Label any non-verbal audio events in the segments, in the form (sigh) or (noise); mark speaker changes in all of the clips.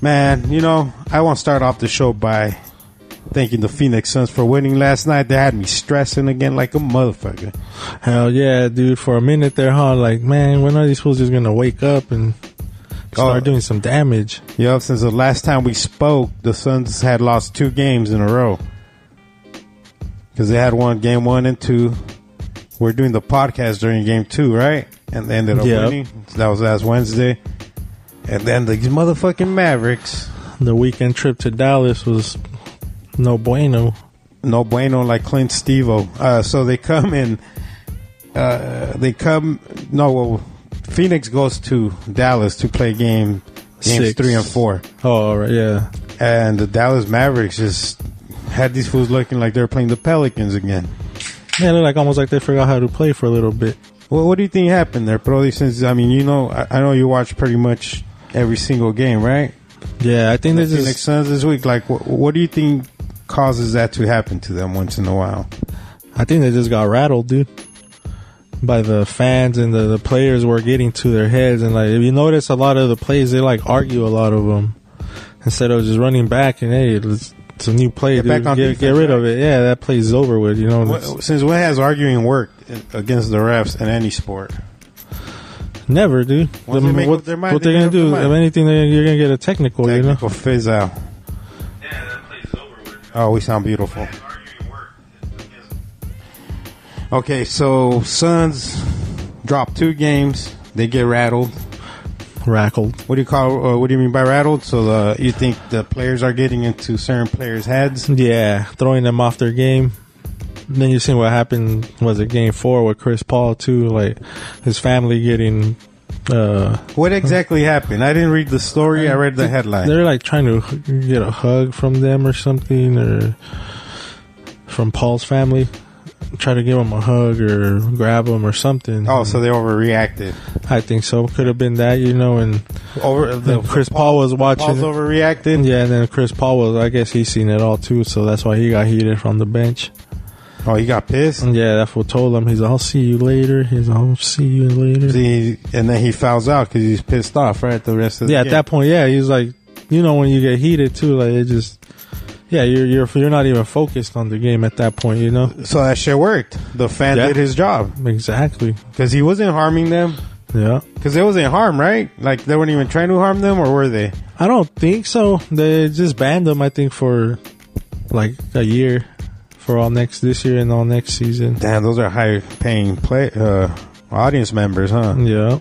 Speaker 1: Man, you know, I want to start off the show by thanking the Phoenix Suns for winning last night. They had me stressing again like a motherfucker.
Speaker 2: Hell yeah, dude. For a minute there, huh? Like, man, when are these fools just gonna wake up and start
Speaker 1: Oh.
Speaker 2: doing some damage?
Speaker 1: Yup, since the last time we spoke, the Suns had lost two games in a row. Because they had one game one and two. We're doing the podcast during game two, right? And they ended up
Speaker 2: Yep.
Speaker 1: winning. So that was last Wednesday. And then these motherfucking Mavericks.
Speaker 2: The weekend trip to Dallas was no bueno.
Speaker 1: no bueno like Clint Stevo. Uh, so they come in. Uh, they come. No, well, Phoenix goes to Dallas to play game games
Speaker 2: Six.
Speaker 1: three and four,
Speaker 2: Oh, all right, yeah.
Speaker 1: and the Dallas Mavericks just had these fools looking like they're playing the Pelicans again.
Speaker 2: Yeah, they're like almost like they forgot how to play for a little bit.
Speaker 1: Well, what do you think happened there, Brody? Since I mean, you know, I, I know you watch pretty much every single game, right?
Speaker 2: Yeah, I think they
Speaker 1: Phoenix
Speaker 2: just.
Speaker 1: Suns this week. Like, wh- what do you think causes that to happen to them once in a while?
Speaker 2: I think they just got rattled, dude. By the fans and the, the players were getting to their heads, and like if you notice, a lot of the plays they like argue a lot of them instead of just running back and hey, it's, it's a new play,
Speaker 1: Get
Speaker 2: dude.
Speaker 1: back on
Speaker 2: get,
Speaker 1: defense,
Speaker 2: get rid of
Speaker 1: right?
Speaker 2: it. Yeah, that play's over with. You know, it's-
Speaker 1: What, since when has arguing worked against the refs in any sport?
Speaker 2: Never, dude.
Speaker 1: Once
Speaker 2: The-
Speaker 1: they make
Speaker 2: what,
Speaker 1: up their mind,
Speaker 2: what
Speaker 1: they
Speaker 2: they're
Speaker 1: make
Speaker 2: gonna
Speaker 1: up their
Speaker 2: do?
Speaker 1: mind.
Speaker 2: If anything, they're, you're gonna get a technical. You know,
Speaker 1: Technical fizz out. Oh, we sound beautiful. Okay, so Suns drop two games. They get rattled.
Speaker 2: rackled.
Speaker 1: What do you call? Uh, what do you mean by rattled? So uh, you think the players are getting into certain players' heads?
Speaker 2: Yeah, throwing them off their game. Then you seen what happened. Was it game four with Chris Paul too? Like his family getting. uh
Speaker 1: What exactly happened? I didn't read the story. I read the headline.
Speaker 2: They're like trying to h- get a hug from them or something, or from Paul's family. Try to give him a hug or grab him or something.
Speaker 1: Oh, so they overreacted.
Speaker 2: I think so. Could have been that, you know. And
Speaker 1: Over the
Speaker 2: Chris Paul was watching.
Speaker 1: Paul's overreacted.
Speaker 2: Yeah, and then Chris Paul was, I guess he's seen it all too, so that's why he got heated from the bench.
Speaker 1: Oh, he got pissed.
Speaker 2: And yeah, that's what told him. He's, I'll see you later. He's, I'll see you later.
Speaker 1: See, and then he fouls out because he's pissed off, right? The rest of the
Speaker 2: yeah, at
Speaker 1: game.
Speaker 2: that point, yeah, he's like, you know, when you get heated too, like it just, yeah, you're you're you're not even focused on the game at that point, you know.
Speaker 1: So that shit worked. The fan
Speaker 2: Yeah.
Speaker 1: did his job
Speaker 2: Exactly.
Speaker 1: because he wasn't harming them.
Speaker 2: Yeah.
Speaker 1: Because they wasn't harm, right? Like they weren't even trying to harm them, or were they?
Speaker 2: I don't think so. They just banned him, I think, for like a year, for all next this year and all next season.
Speaker 1: Damn, those are high-paying play uh, audience members, huh?
Speaker 2: Yeah.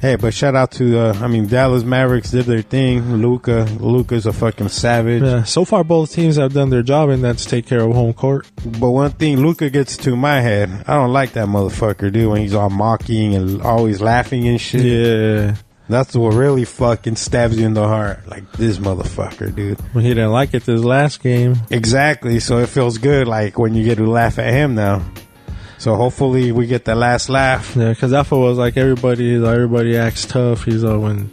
Speaker 1: Hey, but shout out to uh, I mean Dallas Mavericks did their thing. Luca, Luca's a fucking savage.
Speaker 2: Yeah. So far, both teams have done their job, and that's take care of home court.
Speaker 1: But one thing, Luca gets to my head. I don't like that motherfucker, dude. When he's all mocking and always laughing and shit.
Speaker 2: Yeah.
Speaker 1: That's what really fucking stabs you in the heart. Like this motherfucker, dude.
Speaker 2: Well, he didn't like it this last game.
Speaker 1: Exactly. So it feels good, like when you get to laugh at him now. So hopefully we get the last laugh.
Speaker 2: Yeah, because Alpha was like everybody. Everybody acts tough. He's like when,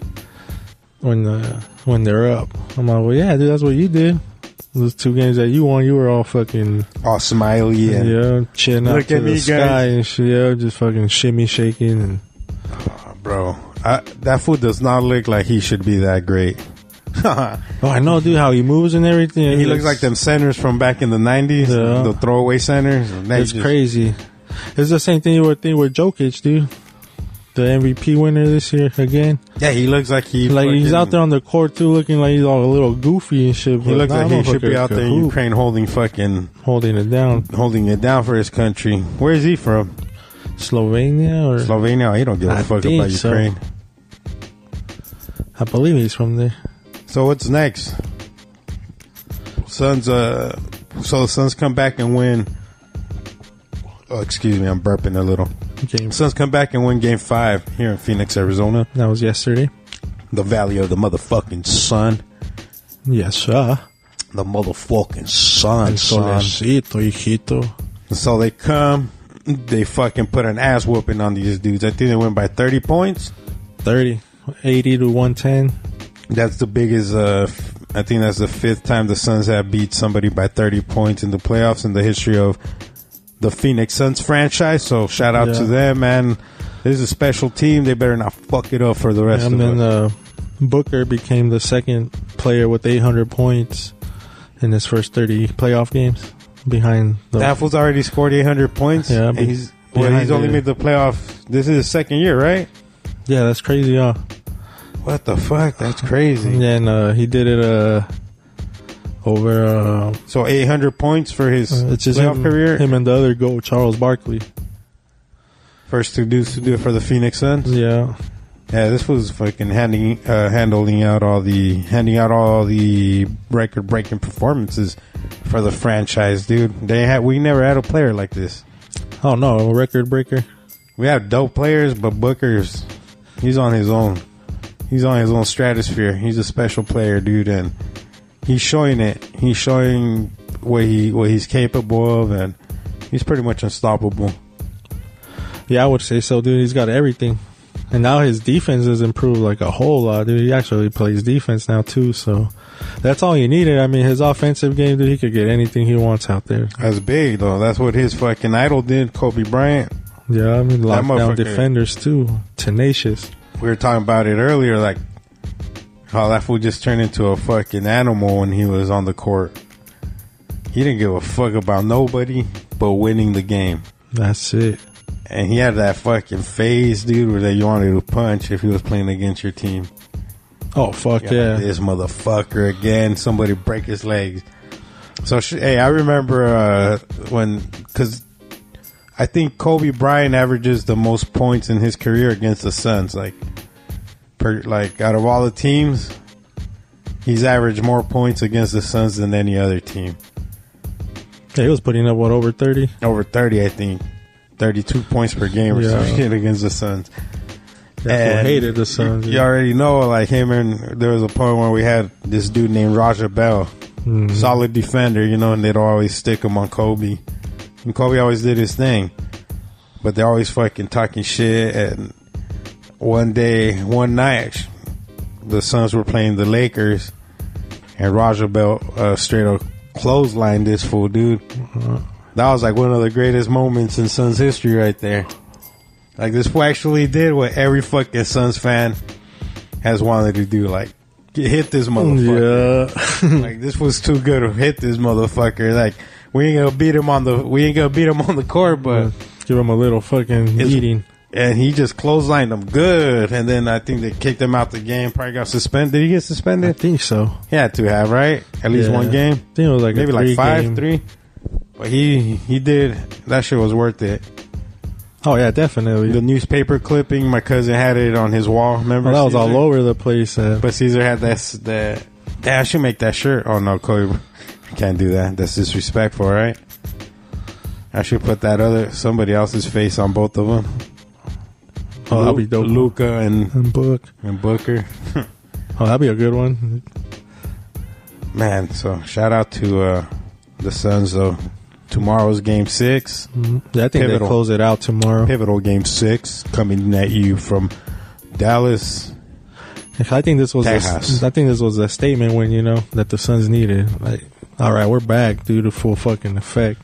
Speaker 2: when the when they're up. I'm like, well, yeah, dude, that's what you did. Those two games that you won, you were all fucking
Speaker 1: All Oh, smiley
Speaker 2: yeah,
Speaker 1: and
Speaker 2: chin
Speaker 1: Look
Speaker 2: up to
Speaker 1: at
Speaker 2: the
Speaker 1: me,
Speaker 2: sky
Speaker 1: guys.
Speaker 2: and shit, yeah, just fucking shimmy shaking and
Speaker 1: Oh, bro, I, that fool does not look like he should be that great. (laughs)
Speaker 2: oh, I know, dude, how he moves and everything.
Speaker 1: he looks like them centers from back in the nineties,
Speaker 2: Yeah.
Speaker 1: the throwaway centers.
Speaker 2: It's crazy. It's the same thing you were thinking with Jokic, dude. The MVP winner this year again.
Speaker 1: Yeah, he looks like he
Speaker 2: Like he's
Speaker 1: fucking-
Speaker 2: out there on the court too, looking like he's all a little goofy and shit.
Speaker 1: He
Speaker 2: but
Speaker 1: looks
Speaker 2: nah,
Speaker 1: like he should
Speaker 2: motherfucker
Speaker 1: be out there in
Speaker 2: could hoop,
Speaker 1: Ukraine holding fucking
Speaker 2: holding it down.
Speaker 1: holding it down for his country. Where is he from?
Speaker 2: Slovenia or
Speaker 1: Slovenia. He don't give a
Speaker 2: I
Speaker 1: fuck
Speaker 2: think
Speaker 1: about
Speaker 2: so.
Speaker 1: Ukraine.
Speaker 2: I believe he's from there.
Speaker 1: So what's next? Suns. Uh, so the Suns come back and win. Oh, excuse me, I'm burping a little.
Speaker 2: Game
Speaker 1: Suns come back and win Game Five here in Phoenix, Arizona,
Speaker 2: that was yesterday.
Speaker 1: the Valley of the motherfucking sun,
Speaker 2: Yes, sir.
Speaker 1: the motherfucking sun, son.
Speaker 2: Solecito, hijito.
Speaker 1: So they come, they fucking put an ass whooping on these dudes. I think they went by 30 points.
Speaker 2: 30, 80 to 110.
Speaker 1: That's the biggest. Uh, f- I think that's the fifth time the Suns have beat somebody by 30 points in the playoffs in the history of the Phoenix Suns franchise. So shout out
Speaker 2: Yeah.
Speaker 1: to them, man. This is a special team. They better not fuck it up for the rest
Speaker 2: And
Speaker 1: of
Speaker 2: then
Speaker 1: us.
Speaker 2: uh, Booker became the second player with 800 points in his first 30 playoff games behind the
Speaker 1: That fool's already scored 800 points.
Speaker 2: Yeah,
Speaker 1: and
Speaker 2: be-
Speaker 1: he's well,
Speaker 2: behind
Speaker 1: he's only
Speaker 2: the-
Speaker 1: made the playoff. This is his second year, right?
Speaker 2: Yeah, that's crazy, huh?
Speaker 1: What the fuck? That's crazy.
Speaker 2: And then uh, he did it uh, over. Uh,
Speaker 1: So 800 points for his
Speaker 2: it's just
Speaker 1: playoff
Speaker 2: him,
Speaker 1: career.
Speaker 2: him and the other goat, Charles Barkley.
Speaker 1: First two dudes to do it for the Phoenix Suns.
Speaker 2: Yeah,
Speaker 1: Yeah, this was fucking handing uh, handling out all the handing out all the record breaking performances for the franchise, dude. They had we never had a player like this.
Speaker 2: I don't know, a record breaker.
Speaker 1: We have dope players, but Booker's he's on his own. He's on his own stratosphere. He's a special player, dude, and he's showing it. He's showing what he what he's capable of, and he's pretty much unstoppable.
Speaker 2: Yeah, I would say so, dude. He's got everything, and now his defense has improved like a whole lot, dude. He actually plays defense now too, so that's all you needed. I mean, his offensive game, dude, he could get anything he wants out there.
Speaker 1: That's big though. That's what his fucking idol did, Kobe Bryant.
Speaker 2: Yeah, I mean, lockdown
Speaker 1: motherfucker-
Speaker 2: defenders too, tenacious.
Speaker 1: We were talking about it earlier, like how that fool just turned into a fucking animal when he was on the court. He didn't give a fuck about nobody but winning the game.
Speaker 2: That's it.
Speaker 1: And he had that fucking phase, dude, where that you wanted to punch if he was playing against your team.
Speaker 2: Oh fuck yeah!
Speaker 1: This motherfucker again. Somebody break his legs. So, sh- hey, I remember uh, when, because I think Kobe Bryant averages the most points in his career against the Suns. Like, per, like out of all the teams, he's averaged more points against the Suns than any other team.
Speaker 2: Yeah, he was putting up what over thirty.
Speaker 1: Over 30, I think. 32 points per game or
Speaker 2: Yeah.
Speaker 1: some shit against the Suns.
Speaker 2: That's
Speaker 1: And
Speaker 2: who hated the Suns.
Speaker 1: You already know, like him and there was a point where we had this dude named Roger Bell,
Speaker 2: Mm-hmm.
Speaker 1: solid defender, you know, and they'd always stick him on Kobe. And Kobe always did his thing, but they're always fucking talking shit. And one day, one night, the Suns were playing the Lakers, and Roger Bell uh, straight up clotheslined this fool, dude. That was like one of the greatest moments in Suns history, right there. Like this fool actually did what every fucking Suns fan has wanted to do. Like get- hit this motherfucker.
Speaker 2: yeah,
Speaker 1: Like this was too good to hit this motherfucker. Like we ain't gonna beat him on the we ain't gonna beat him on the court, but
Speaker 2: (laughs) give him a little fucking
Speaker 1: It's-
Speaker 2: eating.
Speaker 1: and he just clotheslined him good. And then I think they kicked him out the game. Probably got suspended. Did he get
Speaker 2: I
Speaker 1: suspended?
Speaker 2: think so.
Speaker 1: He had to have right at least
Speaker 2: Yeah.
Speaker 1: one game.
Speaker 2: I think it was like
Speaker 1: maybe
Speaker 2: a
Speaker 1: like
Speaker 2: three
Speaker 1: five,
Speaker 2: game-
Speaker 1: three. But he he did that shit was worth it.
Speaker 2: Oh yeah, definitely.
Speaker 1: The newspaper clipping, my cousin had it on his wall. Remember
Speaker 2: Well, Oh, that was
Speaker 1: Caesar?
Speaker 2: all over the place. Uh,
Speaker 1: But Caesar had that s- that. Damn, I should make that shirt. Oh no, Kobe, I can't do that. That's disrespectful, right? I should put that other somebody else's face on both of them.
Speaker 2: oh, that'd be dope.
Speaker 1: Luca and
Speaker 2: And book.
Speaker 1: and Booker.
Speaker 2: Oh, that'd be a good one.
Speaker 1: Man, so shout out to uh, the Suns though. Tomorrow's game six,
Speaker 2: Mm-hmm. Yeah, I think
Speaker 1: Pivotal.
Speaker 2: they close it out tomorrow.
Speaker 1: pivotal game six, coming at you from Dallas.
Speaker 2: I think this was. A,
Speaker 1: Tejas.
Speaker 2: I think this was a statement when you know that the Suns needed. Like, all right, we're back, dude, to full fucking effect.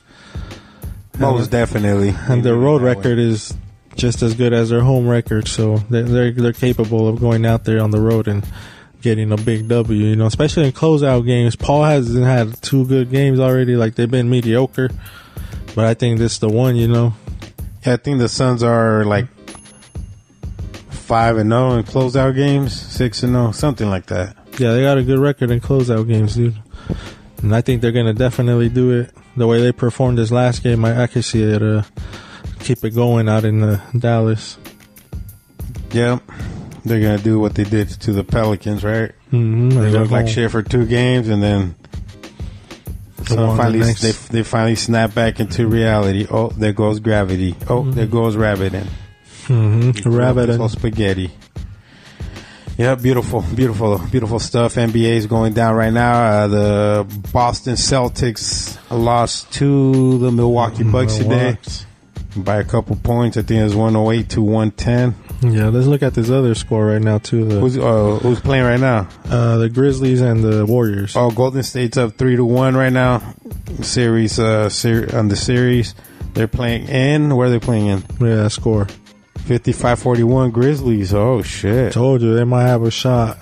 Speaker 1: Most definitely.
Speaker 2: (laughs) And their road record is just as good as their home record, so they're they're, they're capable of going out there on the road and getting a big W. You know, especially in closeout games. Paul hasn't had two good games already; like they've been mediocre. But I think this the one. You know,
Speaker 1: Yeah, I think the Suns are like five and zero in closeout games, six and zero, something like that.
Speaker 2: yeah, they got a good record in closeout games, dude. And I think they're gonna definitely do it. The way they performed this last game, I, I could see it. Uh, keep it going out in uh, Dallas.
Speaker 1: Yep, they're gonna do what they did to the Pelicans, right?
Speaker 2: Mm-hmm.
Speaker 1: They looked like shit for two games, and then so
Speaker 2: on the
Speaker 1: finally
Speaker 2: next.
Speaker 1: they they finally snap back into reality. Oh, there goes gravity. Oh, there goes rabbit and
Speaker 2: Mm-hmm. Rabbit
Speaker 1: This whole spaghetti. Yeah, beautiful, beautiful, beautiful stuff. NBA is going down right now. Uh, the Boston Celtics lost to the Milwaukee Bucks today. by a couple points. I think it was 108 to 110.
Speaker 2: Yeah, let's look at this other score right now too. The
Speaker 1: Who's uh, who's playing right now?
Speaker 2: uh, the Grizzlies and the Warriors.
Speaker 1: Oh, Golden State's up three to one right now. Series uh ser- on the series, they're playing in. Where are they playing in?
Speaker 2: Yeah, score.
Speaker 1: 55-41 Grizzlies. Oh shit!
Speaker 2: Told you they might have a shot.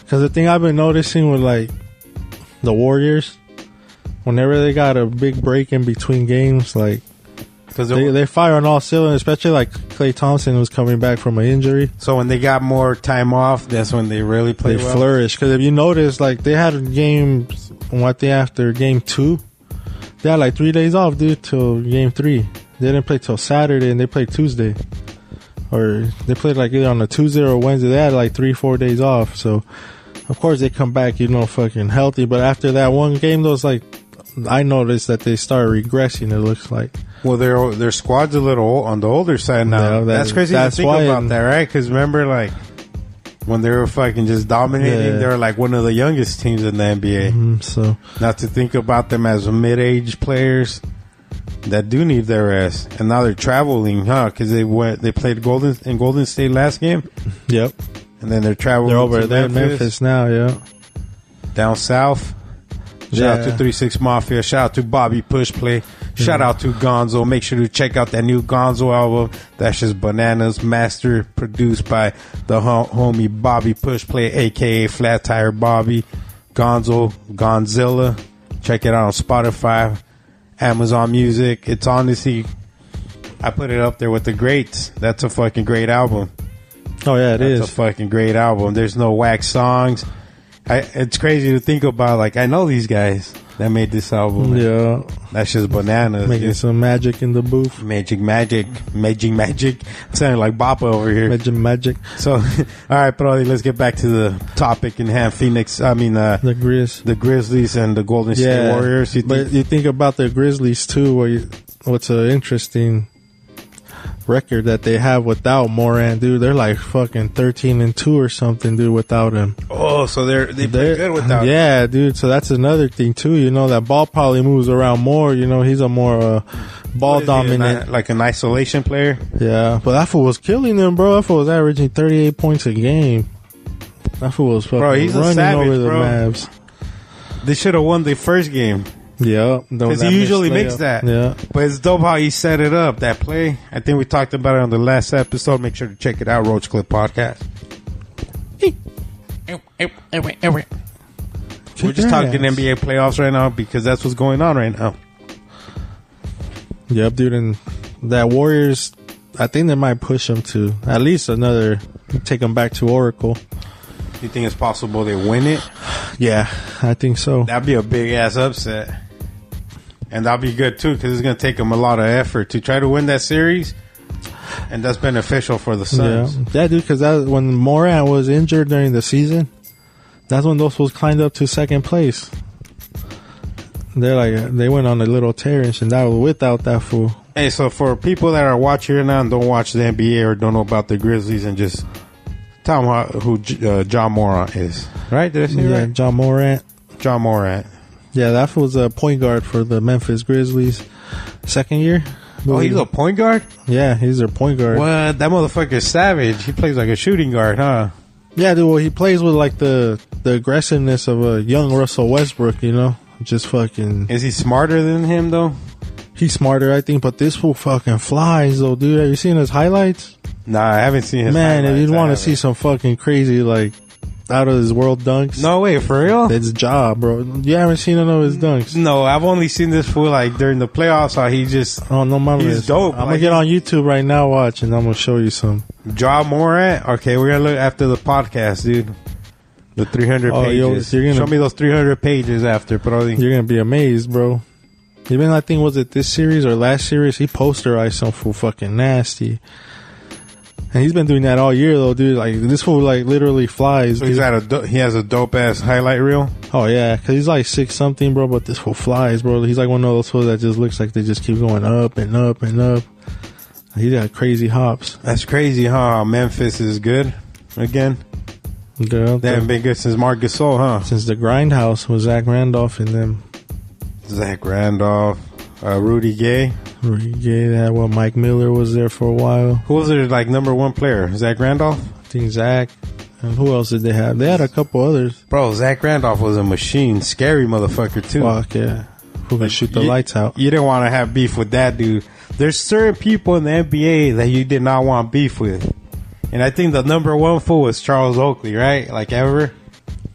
Speaker 2: Because the thing I've been noticing with like the Warriors, whenever they got a big break in between games, like
Speaker 1: Because
Speaker 2: they, they fire on all cylinders, especially like Clay Thompson was coming back from an injury.
Speaker 1: so when they got more time off, that's when they really
Speaker 2: They
Speaker 1: played well.
Speaker 2: flourish. Because if you notice, like they had games, what they after game two, they had like three days off, dude, till game three. They didn't play till Saturday and they played Tuesday. Or they played like either on a Tuesday or Wednesday. They had like three, four days off. So, of course, they come back, you know, fucking healthy. But after that one game, those like, I noticed that they start regressing, it looks like.
Speaker 1: Well, their their squad's a little old, on the older side now.
Speaker 2: Yeah, that-
Speaker 1: that's crazy
Speaker 2: that's
Speaker 1: to think
Speaker 2: why
Speaker 1: about
Speaker 2: I'm-
Speaker 1: that, right? Because remember, like when they were fucking just dominating,
Speaker 2: Yeah.
Speaker 1: they were like one of the youngest teams in the NBA.
Speaker 2: Mm, So,
Speaker 1: Not to think about them as mid-age players that do need their rest, and now they're traveling, huh? Because they went, they played Golden in Golden State last game,
Speaker 2: yep.
Speaker 1: and then they're traveling.
Speaker 2: They're over
Speaker 1: to
Speaker 2: there in Memphis now, yeah.
Speaker 1: down south. Shout out to
Speaker 2: Yeah.
Speaker 1: Three Six Mafia. Shout out to Bobby Pushplay. Shout out to Gonzo. Make sure to check out that new Gonzo album. That's just bananas. Master produced by the ho- homie Bobby Pushplay, aka Flat Tire Bobby. Gonzo Gonzilla. Check it out on Spotify, Amazon Music. It's honestly, I put it up there with the greats. That's a fucking great album.
Speaker 2: Oh, yeah, it
Speaker 1: It's
Speaker 2: is.
Speaker 1: a fucking great album. There's no whack songs. I, it's crazy to think about. Like I know these guys that made this album.
Speaker 2: yeah.
Speaker 1: That's just bananas.
Speaker 2: Making
Speaker 1: It's
Speaker 2: some Mm. magic in the booth.
Speaker 1: magic, magic, magic, magic. I'm sounding like Bappa over here.
Speaker 2: Magic, magic.
Speaker 1: So, (laughs) all right, Brody, let's get back to the topic in hand. Phoenix. I mean, uh,
Speaker 2: The Grizz.
Speaker 1: the Grizzlies and the Golden State
Speaker 2: Yeah.
Speaker 1: Warriors. You
Speaker 2: but
Speaker 1: think-
Speaker 2: you think about the Grizzlies too. What you, what's an interesting record that they have without Moran, dude? They're like fucking thirteen and two or something, dude, without him.
Speaker 1: oh, so they're they play
Speaker 2: They're-
Speaker 1: good without.
Speaker 2: Yeah, dude. So that's another thing too. You know that ball probably moves around more. You know he's a more uh,
Speaker 1: What
Speaker 2: ball
Speaker 1: is he, an-
Speaker 2: dominant.
Speaker 1: like an isolation player.
Speaker 2: Yeah, but that fool was killing them, bro. That fool was averaging thirty eight points a game. That fool was fucking
Speaker 1: Bro, he's a
Speaker 2: running
Speaker 1: savage,
Speaker 2: over the
Speaker 1: bro.
Speaker 2: Mavs.
Speaker 1: They should have won the first game.
Speaker 2: Yeah,
Speaker 1: Because he usually makes that.
Speaker 2: Yeah.
Speaker 1: But it's dope how he set it up, that play. I think we talked about it on the last episode. Make sure to check it out, Roach Clip Podcast. We're just talking
Speaker 2: NBA.
Speaker 1: NBA playoffs right now because that's what's going on right now.
Speaker 2: Yep, dude, and that Warriors, I think they might push them to at least another, take them back to Oracle.
Speaker 1: You think it's possible they win it?
Speaker 2: Yeah, I think so.
Speaker 1: That'd be a big ass upset. And that'll be good too because it's going to take them a lot of effort to try to win that series. And that's beneficial for the
Speaker 2: Yeah,
Speaker 1: Suns.
Speaker 2: yeah, dude, because that when Moran was injured during the season, that's when those was climbed up to second place. They're like they went on a little tear and shit. That was without that fool.
Speaker 1: Hey, so for people that are watching right now and don't watch the NBA or don't know about the Grizzlies and just tell them how, who J- uh, John Morant is, right? Did I say it
Speaker 2: Yeah, John Morant.
Speaker 1: right? John Morant.
Speaker 2: Yeah, that was a point guard for the Memphis Grizzlies. Second year.
Speaker 1: Oh, he's a point guard.
Speaker 2: yeah, he's their point guard.
Speaker 1: What? That motherfucker's savage. He plays like a shooting guard, huh?
Speaker 2: Yeah, dude. Well, he plays with like the the aggressiveness of a young Russell Westbrook. You know, just fucking.
Speaker 1: Is he smarter than him though?
Speaker 2: He's smarter, I think, but this fool fucking flies, though, dude. Have you seen his highlights?
Speaker 1: Nah, I haven't seen his.
Speaker 2: Man, if
Speaker 1: highlights.
Speaker 2: you
Speaker 1: I
Speaker 2: want to
Speaker 1: haven't.
Speaker 2: see some fucking crazy, like out of this world dunks,
Speaker 1: No way, for real.
Speaker 2: it's job, bro. You haven't seen none of his dunks.
Speaker 1: No, I've only seen this fool like during the playoffs. How he just
Speaker 2: Oh no, my
Speaker 1: He's
Speaker 2: list.
Speaker 1: dope,
Speaker 2: I'm
Speaker 1: like-
Speaker 2: gonna get on YouTube right now, watch, and I'm gonna show you some.
Speaker 1: John Morant. Okay, we're gonna look after the podcast, dude. The 300
Speaker 2: Oh, yo,
Speaker 1: pages.
Speaker 2: you're gonna-
Speaker 1: Show me those 300 pages after, Brody.
Speaker 2: You're gonna be amazed, bro. Even I think was it this series or last series, he posterized some fool fucking nasty. And he's been doing that all year though, dude. Like this fool like literally flies.
Speaker 1: So he's
Speaker 2: dude.
Speaker 1: had a do- he has a dope ass highlight reel.
Speaker 2: Oh yeah, cause he's like six something, bro. But this fool flies, bro. He's like one of those fools that just looks like they just keep going up and up and up. He got crazy hops.
Speaker 1: That's crazy, huh? Memphis is good again.
Speaker 2: Girl,
Speaker 1: They haven't been good since Marc Gasol, huh?
Speaker 2: since the grindhouse was Zach Randolph and them.
Speaker 1: Zach Randolph, uh, Rudy Gay.
Speaker 2: Yeah, that what Mike Miller was there for a while.
Speaker 1: Who was their like number one player? Zach Randolph,
Speaker 2: I think Zach. And who else did they have? They had a couple others.
Speaker 1: bro. Zach Randolph was a machine, scary motherfucker too.
Speaker 2: Fuck yeah. Who can shoot the
Speaker 1: You-
Speaker 2: lights out?
Speaker 1: You didn't want to have beef with that dude. There's certain people in the NBA that you did not want beef with, and I think the number one fool was Charles Oakley, right? Like ever.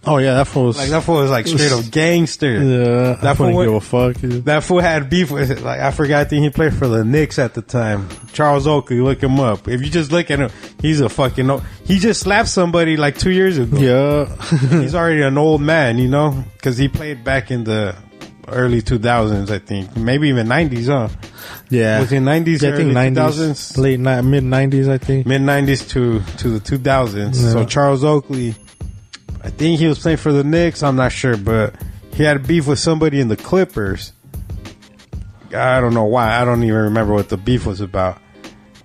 Speaker 2: Oh yeah, that fool was
Speaker 1: Like that fool was like straight up gangster.
Speaker 2: Yeah,
Speaker 1: That
Speaker 2: I
Speaker 1: fool
Speaker 2: wouldn't
Speaker 1: went-
Speaker 2: give a
Speaker 1: (laughs)
Speaker 2: fuck. dude.
Speaker 1: That fool had beef with like I forgot I think he played for the Knicks at the time. Charles Oakley, look him up. If you just look at him, he's a fucking o- he just slapped somebody like two years ago. (laughs)
Speaker 2: Yeah, (laughs)
Speaker 1: He's already an old man, you know, because he played back in the early two thousands, I think, maybe even nineties, huh?
Speaker 2: yeah.
Speaker 1: Was it 90s,
Speaker 2: Yeah, I think
Speaker 1: early
Speaker 2: 90s,
Speaker 1: 2000s?
Speaker 2: late ni- mid nineties. I think.
Speaker 1: Mid nineties to to the two thousands.
Speaker 2: Yeah.
Speaker 1: So Charles Oakley, I think he was playing for the Knicks. I'm not sure, but he had beef with somebody in the Clippers. I don't know why. I don't even remember what the beef was about.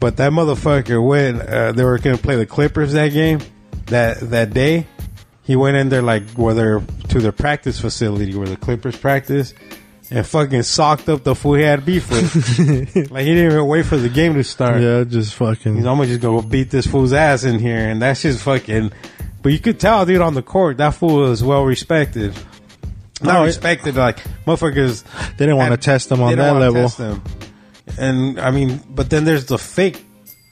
Speaker 1: But that motherfucker went. Uh, they were gonna play the Clippers that game, that that day. He went in there like where they're to their practice facility where the Clippers practice, and fucking socked up the fool he had beef with. like he didn't even wait for the game to start.
Speaker 2: Yeah, just fucking.
Speaker 1: He's almost just gonna beat this fool's ass in here, and that's just fucking. But you could tell, dude, on the court, that fool was well respected. Not
Speaker 2: Oh, yeah.
Speaker 1: respected, like motherfuckers.
Speaker 2: They didn't want to
Speaker 1: had-
Speaker 2: test them
Speaker 1: they
Speaker 2: on
Speaker 1: don't
Speaker 2: that
Speaker 1: wanna
Speaker 2: level.
Speaker 1: test them. And I mean, but then there's the fake,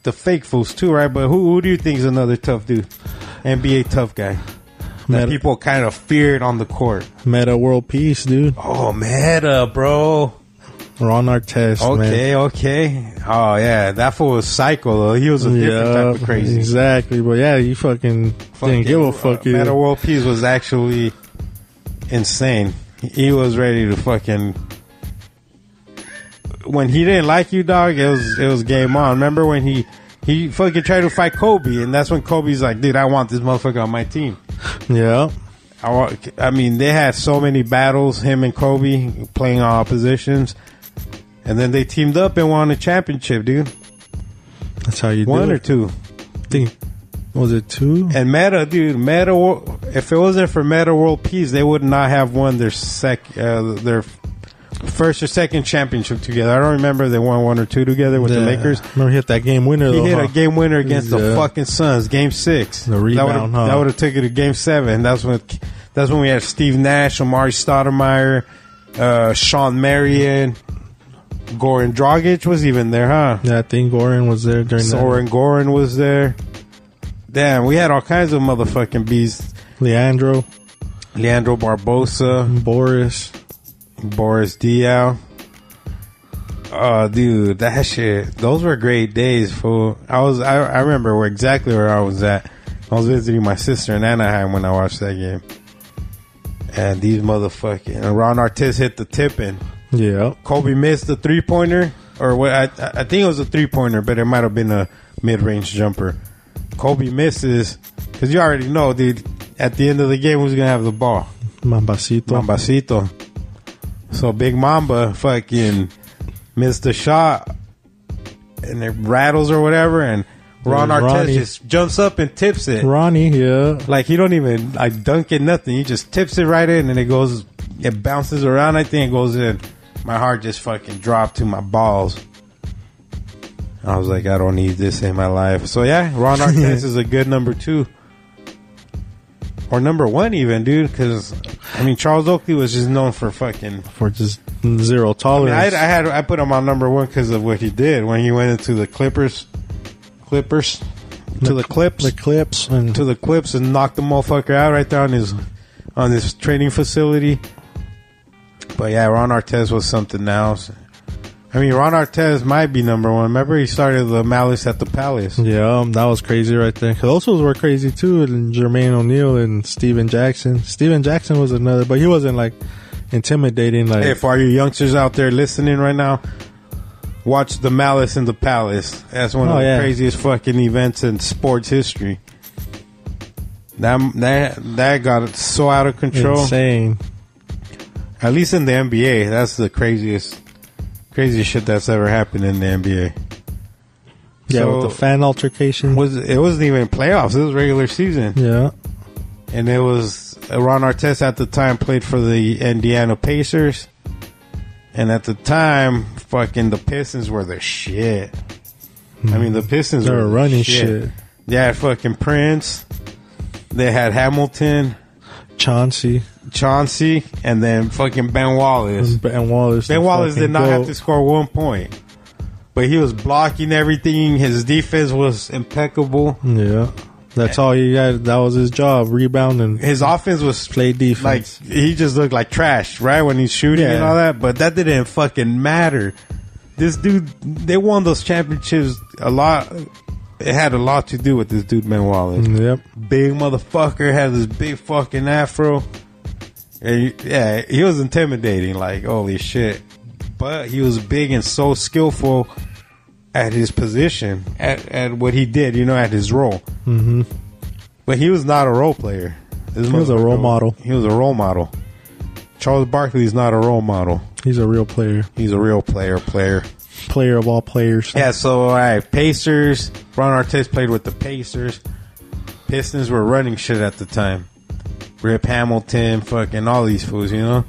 Speaker 1: the fake fools too, right? But who, who do you think is another tough dude, NBA tough guy that
Speaker 2: Meta,
Speaker 1: people kind of feared on the court?
Speaker 2: Meta world peace, dude.
Speaker 1: Oh, Meta, bro.
Speaker 2: Ron Artest, man.
Speaker 1: Okay, okay. Oh yeah, that fool was psycho. Though. He was a different type of crazy.
Speaker 2: Exactly, but yeah, you fucking,
Speaker 1: fucking,
Speaker 2: didn't give
Speaker 1: uh,
Speaker 2: a fuck. either.
Speaker 1: Metal World Peace was actually insane. He was ready to fucking. When he didn't like you, dog, it was it was game on. Remember when he he fucking tried to fight Kobe, and that's when Kobe's like, dude, I want this motherfucker on my team.
Speaker 2: Yeah,
Speaker 1: I, wa- I mean, they had so many battles, him and Kobe playing all positions, and then they teamed up and won a championship, dude.
Speaker 2: that's how you
Speaker 1: One
Speaker 2: do
Speaker 1: or
Speaker 2: it.
Speaker 1: two.
Speaker 2: Think, was it two?
Speaker 1: And Meta, dude, Meta. Wor- If it wasn't for Meta World Peace, they would not have won their sec, uh, their first or second championship together. I don't remember if they won one or two together with the
Speaker 2: Yeah.
Speaker 1: Lakers.
Speaker 2: Remember, he hit that game winner.
Speaker 1: He
Speaker 2: though,
Speaker 1: hit
Speaker 2: huh?
Speaker 1: a game winner against the
Speaker 2: Yeah.
Speaker 1: fucking Suns, Game Six.
Speaker 2: The rebound,
Speaker 1: that would've-
Speaker 2: huh?
Speaker 1: That would have took it to Game Seven. That's when, that's when we had Steve Nash, Amari Stoudemire, uh, Sean Marion, Goran Dragic was even there, huh?
Speaker 2: Yeah, I think Goran was there during that.
Speaker 1: Soren Goran was there. Damn, we had all kinds of motherfucking beasts.
Speaker 2: Leandro,
Speaker 1: Leandro Barbosa,
Speaker 2: Boris.
Speaker 1: Boris Diaw. Oh, dude, that shit. Those were great days, fool. I was, I, I remember where, exactly where I was at. I was visiting my sister in Anaheim when I watched that game. And these motherfucking and Ron Artest hit the tip in.
Speaker 2: Yeah,
Speaker 1: Kobe missed the three pointer, or what? I, I think it was a three pointer, but it might have been a mid range jumper. Kobe misses because you already know, dude. At the end of the game, who's gonna have the ball?
Speaker 2: Mambasito.
Speaker 1: Mambacito. So Big Mamba fucking missed the shot and it rattles or whatever, and Ron
Speaker 2: There's
Speaker 1: Artest
Speaker 2: Ronnie.
Speaker 1: just jumps up and tips it.
Speaker 2: Ronnie, yeah.
Speaker 1: Like he don't even like dunk it nothing. He just tips it right in and it goes it bounces around, I think it goes in. My heart just fucking dropped to my balls. I was like, I don't need this in my life. So yeah, Ron Artest is a good number two. Or number one even, dude, because I mean Charles Oakley was just known for fucking
Speaker 2: For just
Speaker 1: I,
Speaker 2: zero
Speaker 1: mean,
Speaker 2: tolerance.
Speaker 1: I, I had I put him on number one because of what he did when he went into the Clippers, Clippers, to the Clips,
Speaker 2: the clips and
Speaker 1: to the clips and knocked the motherfucker out right there on his on his training facility. But yeah, Ron Artest was something else. I mean, Ron Artest might be number one. Remember, he started the Malice at the Palace.
Speaker 2: Yeah, um, that was crazy right there. 'Cause Those ones were crazy too. And Jermaine O'Neal and Steven Jackson. Steven Jackson was another, but he wasn't like intimidating. Like,
Speaker 1: Hey, for all you youngsters out there listening right now, watch the Malice in the Palace. That's one
Speaker 2: Oh,
Speaker 1: of the
Speaker 2: yeah.
Speaker 1: craziest fucking events in sports history. That that that got so out of control.
Speaker 2: insane.
Speaker 1: At least in the NBA, that's the craziest, craziest shit that's ever happened in the NBA.
Speaker 2: Yeah,
Speaker 1: So-
Speaker 2: with the fan altercation.
Speaker 1: Was it wasn't even playoffs? It was regular season,
Speaker 2: yeah,
Speaker 1: and it was uh, Ron Artest at the time played for the Indiana Pacers, and at the time, fucking the Pistons were the shit. I mean, the Pistons
Speaker 2: they were
Speaker 1: the
Speaker 2: running shit.
Speaker 1: They had fucking Prince. They had Hamilton,
Speaker 2: Chauncey
Speaker 1: Chauncey, and then fucking Ben Wallace.
Speaker 2: and Ben Wallace.
Speaker 1: Ben
Speaker 2: the
Speaker 1: Wallace did
Speaker 2: fucking
Speaker 1: not have
Speaker 2: goat.
Speaker 1: to score one point, but he was blocking everything. His defense was impeccable.
Speaker 2: Yeah, That's all he had. That was his job: rebound and
Speaker 1: His offense was
Speaker 2: play
Speaker 1: like
Speaker 2: defense.
Speaker 1: he just looked like trash, right? When he's shooting and
Speaker 2: Yeah.
Speaker 1: all that, but that didn't fucking matter. This dude, they won those championships a lot. It had a lot to do with this dude Manuel.
Speaker 2: yep.
Speaker 1: Big motherfucker had this big fucking afro. And he- yeah, he was intimidating. Like holy shit, but he was big and so skillful at his position, at at what he did. You know, at his role. Mm-hmm. But he was not a role player. This
Speaker 2: was a
Speaker 1: motherfucker
Speaker 2: role model.
Speaker 1: He was a role model. Charles Barkley is not a role model.
Speaker 2: He's a real player,
Speaker 1: He's a real player. Player.
Speaker 2: player of all players.
Speaker 1: Yeah. So all right, Pacers. Ron Artest played with the Pacers. Pistons were running shit at the time. Rip Hamilton, fucking all these fools, you know.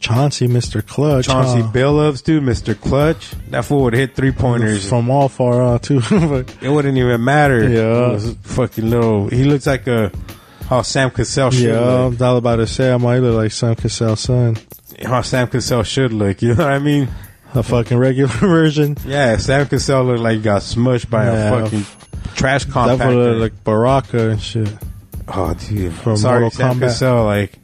Speaker 2: Chauncey, Mr. Clutch,
Speaker 1: Chauncey
Speaker 2: huh?
Speaker 1: Billups, dude, Mr. Clutch. That fool would hit three pointers.
Speaker 2: from all far out too. (laughs) But
Speaker 1: It wouldn't even matter.
Speaker 2: Yeah.
Speaker 1: He was fucking little. He looks like a how Sam Cassell should
Speaker 2: yeah,
Speaker 1: look.
Speaker 2: I'm all about to say I might look like Sam Cassell's son,
Speaker 1: How Sam Cassell should look. (laughs) You know what I mean?
Speaker 2: a fucking regular (laughs) version.
Speaker 1: Yeah, Sam Cassell looked like he got smushed by
Speaker 2: Yeah,
Speaker 1: a fucking trash
Speaker 2: That would
Speaker 1: compactor.
Speaker 2: look like Baraka and shit.
Speaker 1: oh, dude.
Speaker 2: from
Speaker 1: Sorry,
Speaker 2: Mortal
Speaker 1: Sam
Speaker 2: Kombat.
Speaker 1: Cassell. Like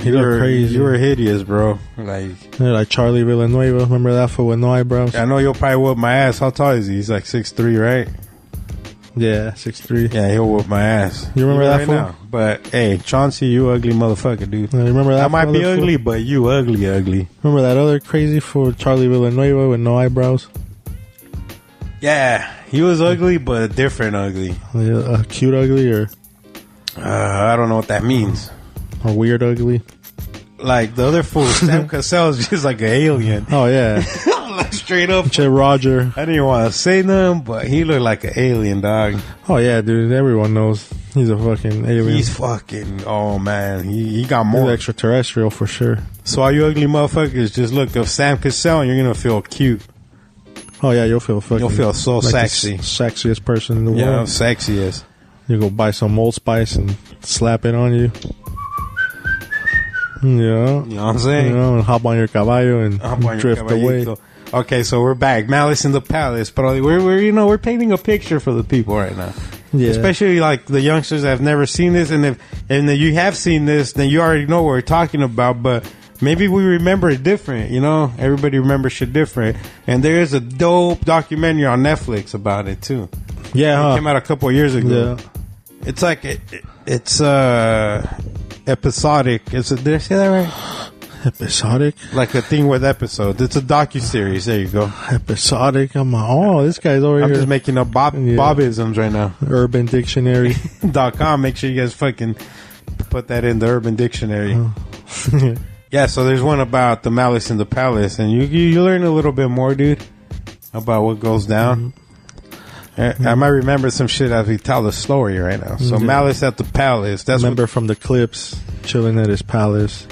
Speaker 2: He
Speaker 1: you
Speaker 2: looked
Speaker 1: were-
Speaker 2: crazy.
Speaker 1: You were hideous, bro. Like
Speaker 2: Yeah, like Charlie Villanueva. Remember that for with no eyebrows?
Speaker 1: I know you'll probably whoop my ass. How tall is he? He's like six three, right?
Speaker 2: Yeah, six three.
Speaker 1: Yeah, he'll whoop my ass.
Speaker 2: You remember that
Speaker 1: right
Speaker 2: fool?
Speaker 1: now. But hey, Chauncey, you ugly motherfucker, dude.
Speaker 2: Uh, remember that?
Speaker 1: I might be
Speaker 2: motherfucker?
Speaker 1: ugly, but you ugly, ugly.
Speaker 2: Remember that other crazy for Charlie Villanueva with no eyebrows?
Speaker 1: Yeah, he was ugly, but a different ugly.
Speaker 2: Yeah, uh, cute ugly or,
Speaker 1: Uh, I don't know what that means.
Speaker 2: or weird ugly?
Speaker 1: Like the other
Speaker 2: (laughs)
Speaker 1: fool, Sam Cassell is just like an alien. (laughs)
Speaker 2: Oh yeah,
Speaker 1: like straight up.
Speaker 2: Chip Roger.
Speaker 1: I didn't want to say nothing, but he looked like an alien, dog.
Speaker 2: Oh yeah, dude. Everyone knows he's a fucking alien.
Speaker 1: He's
Speaker 2: He's,
Speaker 1: fucking. Oh man, he, he got more.
Speaker 2: extraterrestrial for sure.
Speaker 1: so all you ugly motherfuckers, just look up Sam Cassell, and you're gonna feel cute.
Speaker 2: Oh yeah, you'll feel fucking.
Speaker 1: You'll feel so
Speaker 2: like the
Speaker 1: sexy.
Speaker 2: s- sexiest person in the
Speaker 1: You know,
Speaker 2: world.
Speaker 1: sexy as.
Speaker 2: You go buy some Old Spice and slap it on you. Yeah.
Speaker 1: You know what I'm
Speaker 2: You
Speaker 1: saying?
Speaker 2: know, and hop on your caballo and
Speaker 1: I'm on your
Speaker 2: drift away.
Speaker 1: caballito. Okay, so we're back. Malice in the Palace, but we're, we're you know we're painting a picture for the people right now,
Speaker 2: Yeah.
Speaker 1: especially like the youngsters that have never seen this, and if and if you have seen this, then you already know what we're talking about. But maybe we remember it different. You know, everybody remembers shit different, and there is a dope documentary on Netflix about it too.
Speaker 2: yeah.
Speaker 1: It
Speaker 2: huh?
Speaker 1: came out a couple of years ago.
Speaker 2: Yeah.
Speaker 1: It's like it, it- it's uh episodic. Is it, did I say that right?
Speaker 2: Episodic.
Speaker 1: Like a thing with episodes. It's a docu series. There you go.
Speaker 2: Episodic. I'm like, oh, this guy's over
Speaker 1: I'm
Speaker 2: here.
Speaker 1: just making up Bob
Speaker 2: Yeah.
Speaker 1: Bobisms right now. (laughs)
Speaker 2: Urban Dictionary. (laughs)
Speaker 1: dot com. Make sure you guys fucking put that in the Urban Dictionary. yeah, so there's one about the malice in the palace, and you you, you learn a little bit more, dude, about what goes
Speaker 2: Mm-hmm.
Speaker 1: down. I, I might remember some shit as we tell the story right now. So
Speaker 2: Yeah.
Speaker 1: malice at the palace. That's what
Speaker 2: Remember from the clips, chilling at his palace.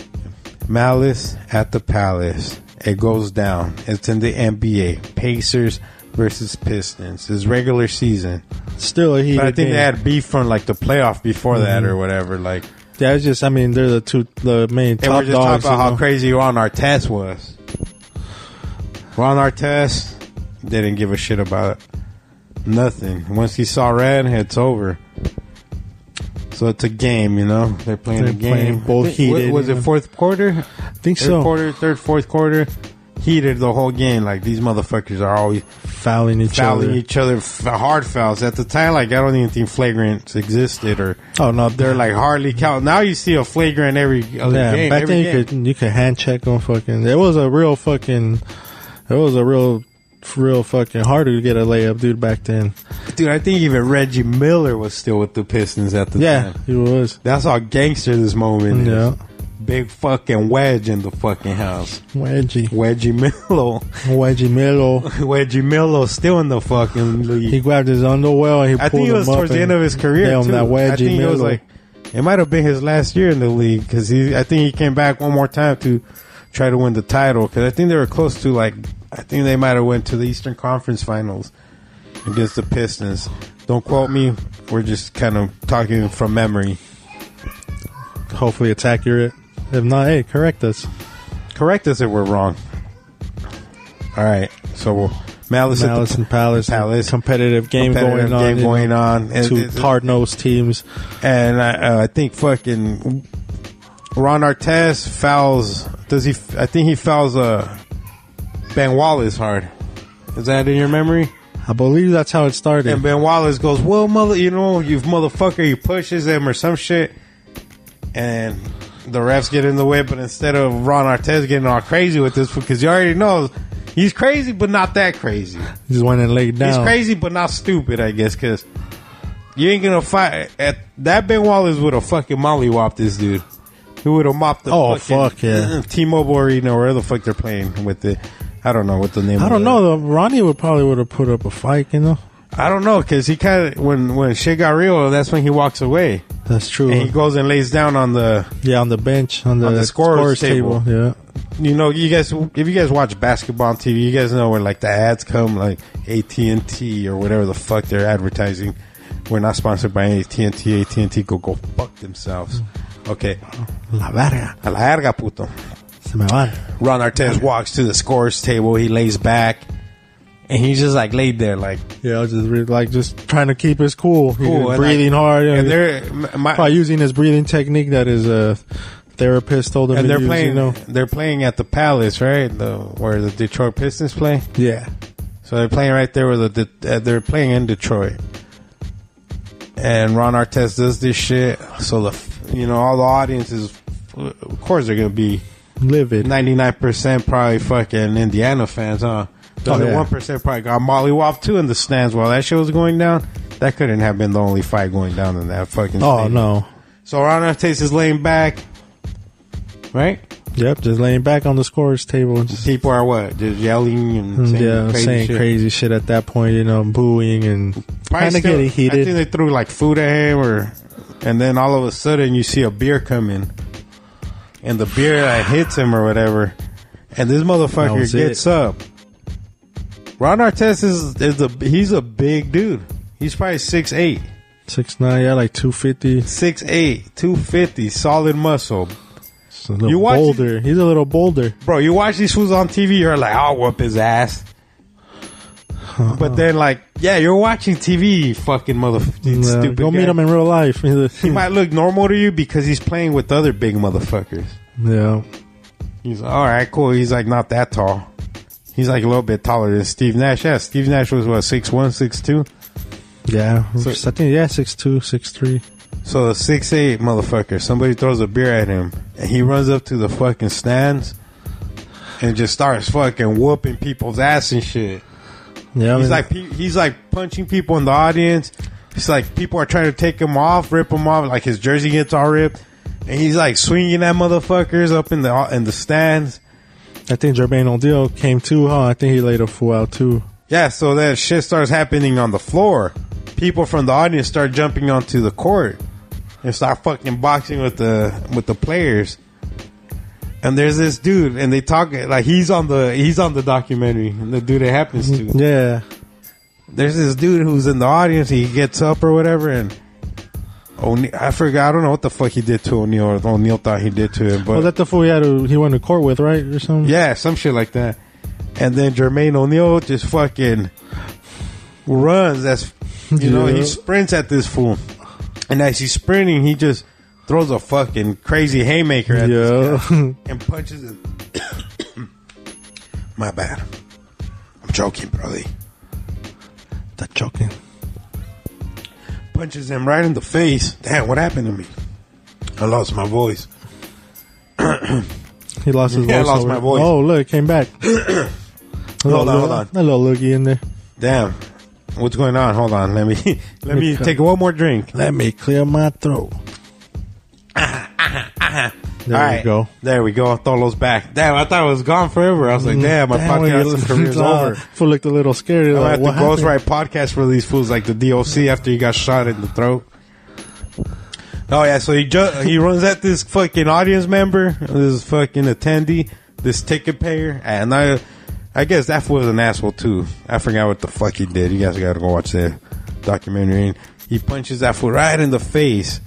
Speaker 1: Malice at the Palace. It goes down. It's in the NBA. Pacers versus Pistons. It's regular season.
Speaker 2: Still a heated
Speaker 1: But I think
Speaker 2: game.
Speaker 1: they had beef from like the playoff before that
Speaker 2: Mm-hmm.
Speaker 1: or whatever. Like,
Speaker 2: Yeah, it's just. I mean, they're the two, the main
Speaker 1: and
Speaker 2: top
Speaker 1: we're just
Speaker 2: dogs.
Speaker 1: talking about how
Speaker 2: you know?
Speaker 1: crazy Ron Artest was. Ron Artest didn't give a shit about it. Nothing. Once he saw red, it's over. So it's a game, you know. They're playing
Speaker 2: They're
Speaker 1: a game.
Speaker 2: playing both
Speaker 1: I think-
Speaker 2: heated,
Speaker 1: Was
Speaker 2: you
Speaker 1: it
Speaker 2: know.
Speaker 1: fourth quarter?
Speaker 2: I think
Speaker 1: third
Speaker 2: so.
Speaker 1: quarter, third, fourth quarter, heated the whole game. Like these motherfuckers are always
Speaker 2: Fouling each
Speaker 1: fouling
Speaker 2: other.
Speaker 1: each other, f- hard fouls. At the time, like I don't even think flagrants existed, or
Speaker 2: Oh no,
Speaker 1: they're like hardly count. Now you see a flagrant every other
Speaker 2: Yeah,
Speaker 1: game.
Speaker 2: back
Speaker 1: every
Speaker 2: then
Speaker 1: game.
Speaker 2: you could you could hand check on fucking. It was a real fucking. It was a real, real fucking harder to get a layup, dude. Back then,
Speaker 1: dude, I think even Reggie Miller was still with the Pistons at the
Speaker 2: yeah,
Speaker 1: time.
Speaker 2: it was.
Speaker 1: That's how gangster this moment
Speaker 2: Yeah,
Speaker 1: is. Big fucking wedge in the fucking house.
Speaker 2: wedgie,
Speaker 1: Wedgie (laughs) Milo, (laughs)
Speaker 2: wedgie Melo.
Speaker 1: Wedgie Milo, still in the fucking league.
Speaker 2: He grabbed his underwear and he
Speaker 1: I
Speaker 2: pulled
Speaker 1: think it
Speaker 2: him
Speaker 1: was
Speaker 2: up
Speaker 1: towards the end
Speaker 2: and
Speaker 1: of his career.
Speaker 2: nailed
Speaker 1: too.
Speaker 2: that wedgie
Speaker 1: I think it was
Speaker 2: Melo.
Speaker 1: like it might have been his last year in the league because he. I think he came back one more time to try to win the title because I think they were close to like I think they might have went to the Eastern Conference Finals against the Pistons. Don't quote me. We're just kind of talking from memory.
Speaker 2: hopefully it's accurate. If not, hey, correct us.
Speaker 1: Correct us if we're wrong. All right, so we'll, Malice, at the
Speaker 2: Malice and Palace,
Speaker 1: Palace.
Speaker 2: competitive game
Speaker 1: competitive
Speaker 2: going on,
Speaker 1: game
Speaker 2: you
Speaker 1: going
Speaker 2: know,
Speaker 1: on, and,
Speaker 2: two hard nosed teams.
Speaker 1: and I, uh, I think fucking Ron Artest fouls. Does he? I think he fouls uh, Ben Wallace hard. Is that in your memory?
Speaker 2: I believe that's how it started.
Speaker 1: And Ben Wallace goes, "Well, mother, you know, you motherfucker." He pushes him or some shit, and the refs get in the way. But instead of Ron Artest getting all crazy with this, because you already know he's crazy, but not that crazy.
Speaker 2: just went and laid
Speaker 1: He's
Speaker 2: down.
Speaker 1: crazy, but not stupid, I guess, because you ain't gonna fight at that. Ben Wallace would have fucking mollywopped this dude. He would have mopped the
Speaker 2: Oh,
Speaker 1: fucking-
Speaker 2: fuck, yeah.
Speaker 1: (laughs) T-Mobile Arena, where the fuck they're playing with it. I don't know what the name.
Speaker 2: I
Speaker 1: of
Speaker 2: don't
Speaker 1: it-
Speaker 2: know. Though. Ronnie would probably would have put up a fight. You know,
Speaker 1: I don't know because he kind of when when shit got real, that's when he walks away
Speaker 2: that's true.
Speaker 1: and he goes and lays down on the.
Speaker 2: yeah, on the bench on the,
Speaker 1: the scorer's table.
Speaker 2: Yeah,
Speaker 1: You know, you guys, if you guys watch basketball on TV, you guys know where like the ads come, like AT and T or whatever the fuck they're advertising. We're not sponsored by AT and T. AT and T go go fuck themselves.
Speaker 2: Mm.
Speaker 1: Okay,
Speaker 2: la verga,
Speaker 1: a la verga, puto.
Speaker 2: se me van.
Speaker 1: Ron Artest walks to the scores table. He lays back, and he's just like laid there, like
Speaker 2: Yeah, I was just re- like just trying to keep his cool, He
Speaker 1: Cool,
Speaker 2: was
Speaker 1: and
Speaker 2: breathing hard, you know,
Speaker 1: and they're my,
Speaker 2: probably using his breathing technique that his uh, therapist told him.
Speaker 1: and
Speaker 2: to
Speaker 1: they're
Speaker 2: use,
Speaker 1: playing
Speaker 2: you know,
Speaker 1: they're playing at the Palace, right? The where the Detroit Pistons play.
Speaker 2: yeah,
Speaker 1: So they're playing right there with the uh, they're playing in Detroit, and Ron Artest does this shit. So the f- you know all the audience is, of course, they're gonna be
Speaker 2: livid.
Speaker 1: ninety nine percent probably fucking Indiana fans, huh? The
Speaker 2: Oh,
Speaker 1: other
Speaker 2: yeah.
Speaker 1: one probably got Molly Wolf too in the stands while that shit was going down. That couldn't have been the only fight going down in that fucking.
Speaker 2: Oh
Speaker 1: stadium.
Speaker 2: no.
Speaker 1: So Ron Artest is laying back, right?
Speaker 2: Yep, just laying back on the scorer's table. and Just,
Speaker 1: People are what just yelling and saying
Speaker 2: Mm, yeah,
Speaker 1: crazy
Speaker 2: saying
Speaker 1: shit.
Speaker 2: crazy shit at that point, you know, booing and
Speaker 1: Probably
Speaker 2: kind of
Speaker 1: still-
Speaker 2: getting
Speaker 1: I think
Speaker 2: heated.
Speaker 1: they threw like food at him, or and then all of a sudden you see a beer come in, and the beer like, hits him or whatever, and this
Speaker 2: That
Speaker 1: motherfucker
Speaker 2: was
Speaker 1: gets
Speaker 2: it.
Speaker 1: up. Ron Artest is is a he's a big dude. He's probably 6'8",
Speaker 2: Six nine, yeah, like two fifty.
Speaker 1: 6'8", 250, solid muscle,
Speaker 2: He's a little
Speaker 1: You watch-
Speaker 2: bolder. He's a little bolder.
Speaker 1: bro. You watch these fools on TV, you're like, I'll whoop his ass. But then, like, yeah, you're watching TV, fucking motherfucking
Speaker 2: Yeah,
Speaker 1: stupid.
Speaker 2: go
Speaker 1: guy.
Speaker 2: meet him in real life.
Speaker 1: he might look normal to you because he's playing with other big motherfuckers.
Speaker 2: (laughs) yeah,
Speaker 1: He's like, all right, cool. He's like not that tall. He's like a little bit taller than Steve Nash. Yeah, Steve Nash was what six one, six two.
Speaker 2: yeah. I think yeah, six two, six three.
Speaker 1: So a six eight motherfucker. Somebody throws a beer at him, and he runs up to the fucking stands and just starts fucking whooping people's ass and shit.
Speaker 2: Yeah, I
Speaker 1: He's
Speaker 2: mean,
Speaker 1: like pe- he's like punching people in the audience. He's like people are trying to take him off, rip him off. Like his jersey gets all ripped, and he's like swinging at motherfuckers up in the in the stands.
Speaker 2: I think Jermaine O'Deal came too, huh? I think he laid a fool out too.
Speaker 1: Yeah, so that shit starts happening on the floor. People from the audience start jumping onto the court and start fucking boxing with the with the players. And there's this dude, and they talk like he's on the he's on the documentary, and the dude it happens to.
Speaker 2: Yeah,
Speaker 1: there's this dude who's in the audience. He gets up or whatever, and O'Neal, I forgot. I don't know what the fuck he did to O'Neal. Or O'Neal thought he did to him, but
Speaker 2: well, that the fool he had to, he went to court with, right, or something.
Speaker 1: yeah, some shit like that. And then Jermaine O'Neal just fucking runs. That's you know
Speaker 2: Yeah.
Speaker 1: he sprints at this fool, and as he's sprinting, he just throws a fucking crazy haymaker at this (laughs)
Speaker 2: yeah.
Speaker 1: and punches him. (coughs) My bad. I'm joking, brody.
Speaker 2: that joking.
Speaker 1: punches him right in the face. Damn, what happened to me? I lost my voice.
Speaker 2: He lost his
Speaker 1: Yeah, I
Speaker 2: voice.
Speaker 1: lost
Speaker 2: over-
Speaker 1: my voice.
Speaker 2: Oh, look, it
Speaker 1: (coughs)
Speaker 2: came back.
Speaker 1: Hold on, hold on.
Speaker 2: A little loogie in there.
Speaker 1: Damn, what's going on? Hold on, let me (laughs) let me
Speaker 2: Okay.
Speaker 1: take one more drink.
Speaker 2: Let me clear my throat. (coughs) there
Speaker 1: All
Speaker 2: you
Speaker 1: right.
Speaker 2: go.
Speaker 1: There we go. Throw those back. Damn, I thought it was gone forever. I was like, damn, my
Speaker 2: Mm-hmm. Damn, you-
Speaker 1: podcast career's
Speaker 2: (laughs) Ah,
Speaker 1: over.
Speaker 2: Fool looked a little scared.
Speaker 1: I'm
Speaker 2: Like,
Speaker 1: gonna
Speaker 2: what
Speaker 1: have to
Speaker 2: happened?
Speaker 1: ghostwrite podcast for these fools like the DOC after he got shot in the throat. Oh yeah, so he ju- he runs at this fucking audience member, this fucking attendee, this ticket payer, and I, I guess that fool was an asshole too. I forgot what the fuck he did. You guys gotta go watch that documentary. And he punches that fool right in the face,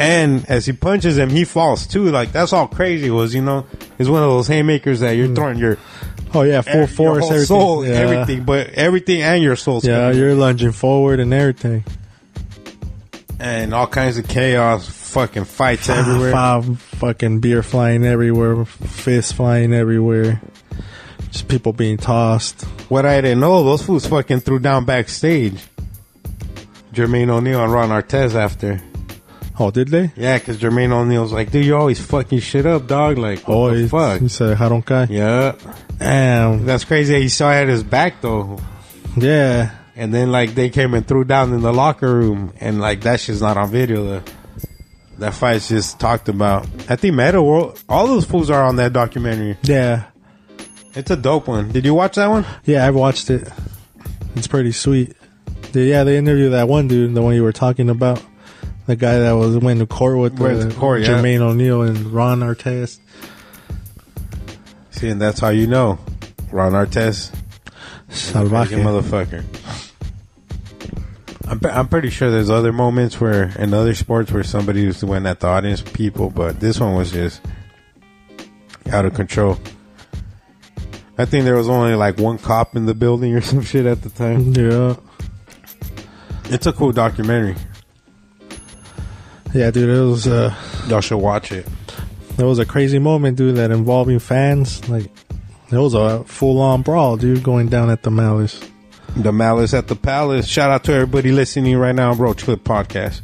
Speaker 1: and as he punches
Speaker 2: Mm.
Speaker 1: him, he falls too. Like that's all crazy was, you know. It's one of those haymakers that you're throwing your
Speaker 2: Oh yeah, full
Speaker 1: Your
Speaker 2: force,
Speaker 1: whole
Speaker 2: everything.
Speaker 1: soul,
Speaker 2: yeah.
Speaker 1: everything, but everything and your soul's
Speaker 2: Yeah,
Speaker 1: coming.
Speaker 2: you're lunging forward and everything.
Speaker 1: and all kinds of chaos, fucking fights
Speaker 2: Ah,
Speaker 1: everywhere.
Speaker 2: Five fucking beer flying everywhere, fists flying everywhere, just people being tossed.
Speaker 1: What I didn't know, those fools fucking threw down backstage. Jermaine O'Neal and Ron Artest after.
Speaker 2: Oh, did they?
Speaker 1: Yeah, because Jermaine O'Neal's like, dude, you're always fucking shit up, dog. Like, what
Speaker 2: Oh,
Speaker 1: the
Speaker 2: he-
Speaker 1: fuck?
Speaker 2: He said, "I don't care."
Speaker 1: Yeah.
Speaker 2: Damn.
Speaker 1: That's crazy. that He saw at his back, though.
Speaker 2: Yeah.
Speaker 1: And then, like, they came and threw down in the locker room. And, like, that shit's not on video, though. That fight's just talked about. I think Meta World, all those fools are on that documentary.
Speaker 2: Yeah.
Speaker 1: It's a dope one. Did you watch that one?
Speaker 2: Yeah, I've watched it. It's pretty sweet. They, yeah, they interviewed that one dude, the one you were talking about, the guy that was went to court with
Speaker 1: Went
Speaker 2: the,
Speaker 1: to court, yeah.
Speaker 2: Jermaine O'Neal and Ron Artest.
Speaker 1: See, and that's how you know. Ron Artest,
Speaker 2: Salvaje.
Speaker 1: Fucking motherfucker. I'm, pre- I'm pretty sure there's other moments where in other sports where somebody used to win at the audience people, but this one was just out of control. I think there was only like one cop in the building or (laughs) some shit at the time.
Speaker 2: Yeah.
Speaker 1: It's a cool documentary.
Speaker 2: Yeah, dude, it was uh,
Speaker 1: Y'all should watch it.
Speaker 2: it was a crazy moment, dude, that involving fans. Like, it was a full on brawl, dude, going down at the Malice.
Speaker 1: The Malice at the Palace. Shout out to everybody listening right now on Roach Clip Podcast.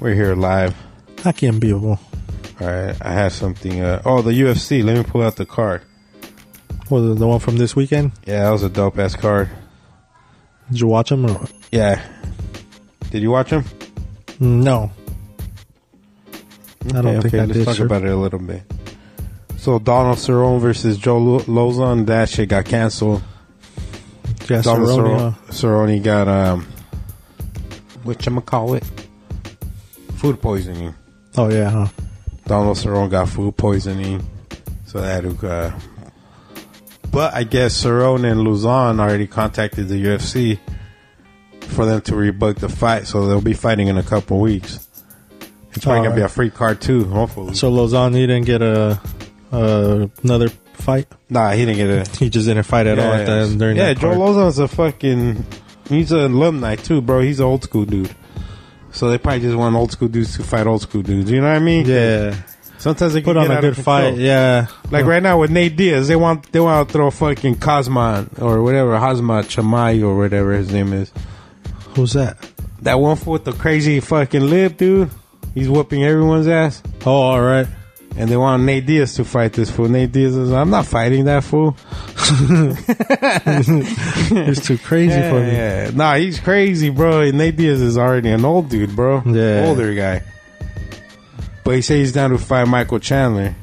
Speaker 1: We're here live.
Speaker 2: Aquí en vivo.
Speaker 1: All right, I have something. Uh, oh, the UFC. Let me pull out the card.
Speaker 2: Was it the one from this weekend?
Speaker 1: Yeah, that was a dope ass card.
Speaker 2: Did you watch him? Or?
Speaker 1: Yeah. Did you watch him?
Speaker 2: No. I don't think I
Speaker 1: let's
Speaker 2: did.
Speaker 1: talk
Speaker 2: sir.
Speaker 1: about it a little bit. So Donald Cerrone versus Joe Lo- Lozon, that shit got canceled.
Speaker 2: yeah,
Speaker 1: Donald
Speaker 2: Cerrone,
Speaker 1: Cerrone,
Speaker 2: huh?
Speaker 1: Cerrone got um, which I'ma call it, food poisoning.
Speaker 2: Oh yeah, huh?
Speaker 1: Donald Cerrone got food poisoning, so that uh, but I guess Cerrone and Luzon already contacted the UFC for them to rebook the fight, so they'll be fighting in a couple weeks. It's probably gonna be a
Speaker 2: Alright.
Speaker 1: free card too, hopefully.
Speaker 2: So Lozano he didn't get a uh, another fight.
Speaker 1: nah, he didn't get it.
Speaker 2: He just didn't fight at all at that, during
Speaker 1: yeah,
Speaker 2: that
Speaker 1: Joe
Speaker 2: card.
Speaker 1: Lozon's a fucking. He's an alumni too, bro. He's an old school dude. So they probably just want old school dudes to fight old school dudes. You know what I mean?
Speaker 2: Yeah,
Speaker 1: Sometimes they
Speaker 2: put
Speaker 1: can
Speaker 2: on
Speaker 1: get
Speaker 2: a
Speaker 1: out of
Speaker 2: good fight.
Speaker 1: control.
Speaker 2: Yeah,
Speaker 1: Like right now with Nate Diaz, they want they want to throw fucking Cosman or whatever Hazmat Chamai or whatever his name is.
Speaker 2: who's that?
Speaker 1: That one fool with the crazy fucking lip, dude. He's whooping everyone's ass,
Speaker 2: Oh, all right.
Speaker 1: and they want Nate Diaz to fight this fool. Nate Diaz is, I'm not fighting that fool.
Speaker 2: It's too crazy
Speaker 1: (laughs) Yeah,
Speaker 2: for me.
Speaker 1: yeah. Nah, he's crazy, bro. And Nate Diaz is already an old dude, bro.
Speaker 2: Yeah.
Speaker 1: Older guy. But he said he's down to fight Michael Chandler.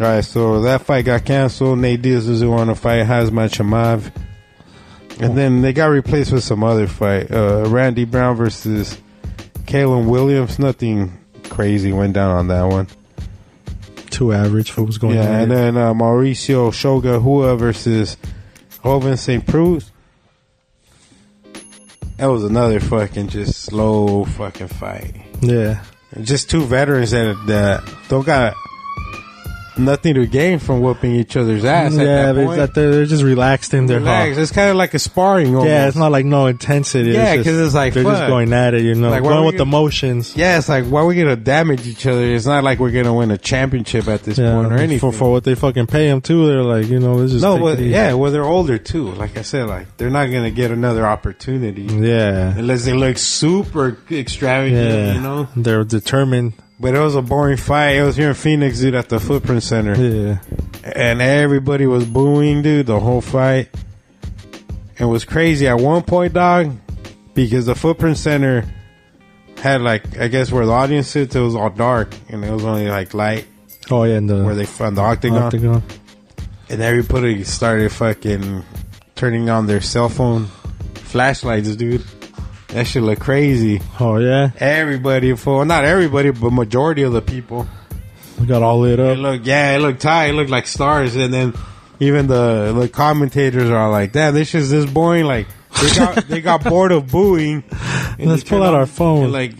Speaker 1: All right, so that fight got canceled. Nate Diaz doesn't want to fight Hazmat Chamav.
Speaker 2: Oh.
Speaker 1: And then they got replaced with some other fight. Uh, Randy Brown versus Kalen Williams. Nothing crazy went down on that one.
Speaker 2: Too average for what's going
Speaker 1: Yeah,
Speaker 2: on.
Speaker 1: and
Speaker 2: here.
Speaker 1: then uh, Mauricio Shoga Hua versus Robin St. Preux. That was another fucking just slow fucking fight.
Speaker 2: yeah,
Speaker 1: And just two veterans that, that don't got nothing to gain from whooping each other's ass. at
Speaker 2: yeah.
Speaker 1: that
Speaker 2: But
Speaker 1: point.
Speaker 2: that they're, they're just relaxed in their
Speaker 1: Relax.
Speaker 2: heart.
Speaker 1: It's kind of like a sparring. Almost.
Speaker 2: Yeah, it's not like no intensity.
Speaker 1: Yeah,
Speaker 2: just-
Speaker 1: 'cause it's like,
Speaker 2: they're
Speaker 1: fuck.
Speaker 2: just going at it. You know,
Speaker 1: Like, why
Speaker 2: going
Speaker 1: we
Speaker 2: with the
Speaker 1: gonna-
Speaker 2: motions.
Speaker 1: Yeah, it's like why we gonna damage each other? It's not like we're gonna win a championship at this
Speaker 2: Yeah,
Speaker 1: point or anything.
Speaker 2: for, for what they fucking pay them too, they're like, you know, let's just
Speaker 1: no,
Speaker 2: take
Speaker 1: well,
Speaker 2: it easy.
Speaker 1: yeah, well they're older too. Like I said, like they're not gonna get another opportunity.
Speaker 2: yeah,
Speaker 1: unless they look super extravagant,
Speaker 2: yeah.
Speaker 1: you know.
Speaker 2: they're determined.
Speaker 1: But it was a boring fight. It was here in Phoenix, dude, at the Footprint Center,
Speaker 2: Yeah,
Speaker 1: and everybody was booing, dude, the whole fight. It was crazy at one point, dog, because the Footprint Center had like I guess where the audience sits, it was all dark, and it was only like light
Speaker 2: oh yeah, and the
Speaker 1: where they found the octagon,
Speaker 2: Octagon.
Speaker 1: and everybody started fucking turning on their cell phone flashlights, dude. That shit look crazy.
Speaker 2: Oh yeah,
Speaker 1: Everybody for not everybody, but majority of the people.
Speaker 2: we got all
Speaker 1: It
Speaker 2: lit up.
Speaker 1: looked yeah, it looked tight. It looked like stars, and then even the the commentators are like, "Damn, this is this boring." Like they got they
Speaker 2: (laughs)
Speaker 1: got bored of booing. and
Speaker 2: Let's
Speaker 1: they
Speaker 2: pull
Speaker 1: turned
Speaker 2: out
Speaker 1: on-
Speaker 2: our phone.
Speaker 1: and, like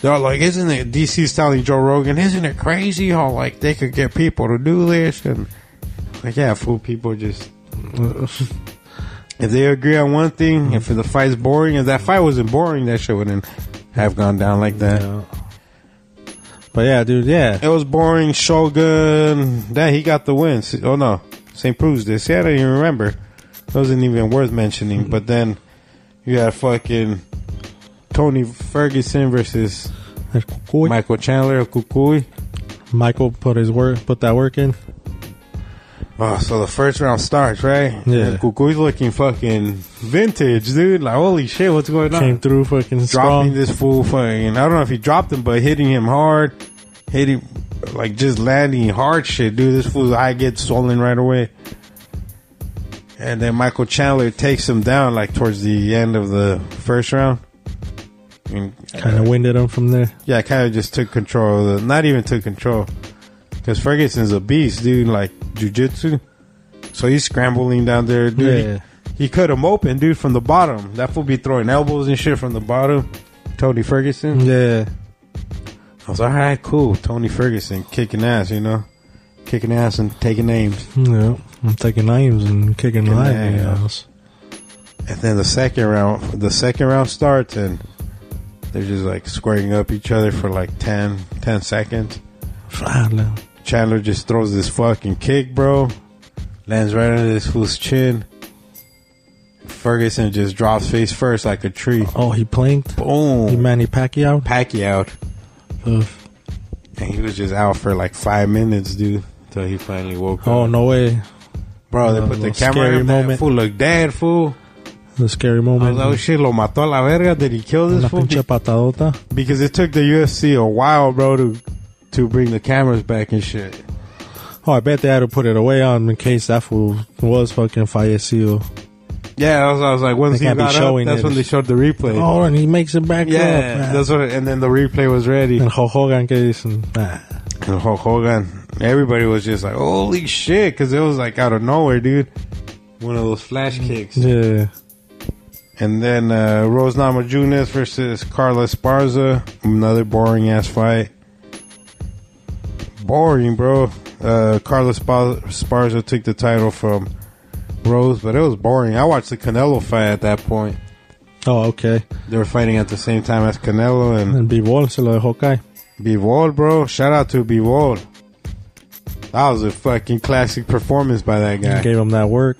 Speaker 1: they're all like, "Isn't it?" DC's telling Joe Rogan, "Isn't it
Speaker 2: (laughs)
Speaker 1: crazy how like they could get people to do this?" And like, yeah, fool, people just If they agree on one thing, if the fight's boring, if that fight wasn't boring, that shit wouldn't have gone down like that.
Speaker 2: Yeah. But yeah, dude, yeah.
Speaker 1: It was boring. Shogun. That he got the win. S- Oh no, St. Prue's did. See, I don't even remember. It wasn't even worth mentioning. But then you had fucking Tony Ferguson versus Michael Chandler or Kukui.
Speaker 2: Michael put his work, put that work in.
Speaker 1: Oh, so the first round starts right.
Speaker 2: Yeah.
Speaker 1: And Kukui's looking fucking vintage, dude. Like holy shit, what's going on?
Speaker 2: Came through fucking
Speaker 1: dropping
Speaker 2: strong.
Speaker 1: this fool fucking. I don't know if he dropped him, but hitting him hard, hitting like just landing hard shit, dude. This fool's eye gets swollen right away. And then Michael Chandler takes him down like towards the end of the first round. And,
Speaker 2: Kind of winded him from there.
Speaker 1: yeah, kind of just took control. Of the, not even took control, because Ferguson's a beast, dude. Like jujitsu, so he's scrambling down there, dude.
Speaker 2: Yeah.
Speaker 1: He, cut him open, dude, from the bottom. That fool be throwing elbows and shit from the bottom. Tony Ferguson.
Speaker 2: Yeah.
Speaker 1: I was like, all right, cool. Tony Ferguson kicking ass, you know, kicking ass and taking names.
Speaker 2: Yeah. I'm taking names and kicking
Speaker 1: Kicking
Speaker 2: live
Speaker 1: their
Speaker 2: nails.
Speaker 1: And then the second round, the second round starts and they're just like squaring up each other for like 10, 10 seconds.
Speaker 2: Finally.
Speaker 1: Chandler just throws this fucking kick, bro. Lands right under this fool's chin. Ferguson just drops face first like a tree.
Speaker 2: Oh, he planked. He
Speaker 1: Boom.
Speaker 2: Manny Pacquiao.
Speaker 1: Pacquiao.
Speaker 2: Oof.
Speaker 1: And he was just out for like five minutes, dude. Until he finally woke
Speaker 2: Oh
Speaker 1: up.
Speaker 2: no way!
Speaker 1: Bro,
Speaker 2: no,
Speaker 1: they put the
Speaker 2: no,
Speaker 1: camera
Speaker 2: scary
Speaker 1: in that
Speaker 2: moment.
Speaker 1: fool look dead, fool.
Speaker 2: The scary
Speaker 1: I was
Speaker 2: moment.
Speaker 1: like, oh shit, lo mató a la verga. Did he kill
Speaker 2: Una
Speaker 1: this fool?
Speaker 2: pinche
Speaker 1: Be-
Speaker 2: patadota.
Speaker 1: because it took the UFC a while, bro, to to bring the cameras back and shit.
Speaker 2: Oh, I bet they had to put it away on in case that fool was fucking fallecido.
Speaker 1: Yeah, I was, I was like, once he
Speaker 2: They can't be
Speaker 1: got up,
Speaker 2: showing
Speaker 1: that's
Speaker 2: it.
Speaker 1: when they showed the replay.
Speaker 2: Oh, and he makes it back up.
Speaker 1: yeah,
Speaker 2: man.
Speaker 1: that's what. And then the replay was ready.
Speaker 2: And Hulk Hogan que dicen, Ah. nah.
Speaker 1: And Hulk Hogan, everybody was just like, holy shit, because it was like out of nowhere, dude. One of those flash kicks.
Speaker 2: Yeah.
Speaker 1: And then uh, Rose Namajunas versus Carla Sparza. Another boring ass fight. Boring, bro. Uh, Carla Spa- Sparza took the title from Rose, but it was boring. I watched the Canelo fight at that point.
Speaker 2: Oh, okay.
Speaker 1: They were fighting at the same time as Canelo and
Speaker 2: And B-Ball se lo dejó caer.
Speaker 1: Bivol, bro. Shout out to Bivol. That was a fucking classic performance by that guy.
Speaker 2: Gave him that work.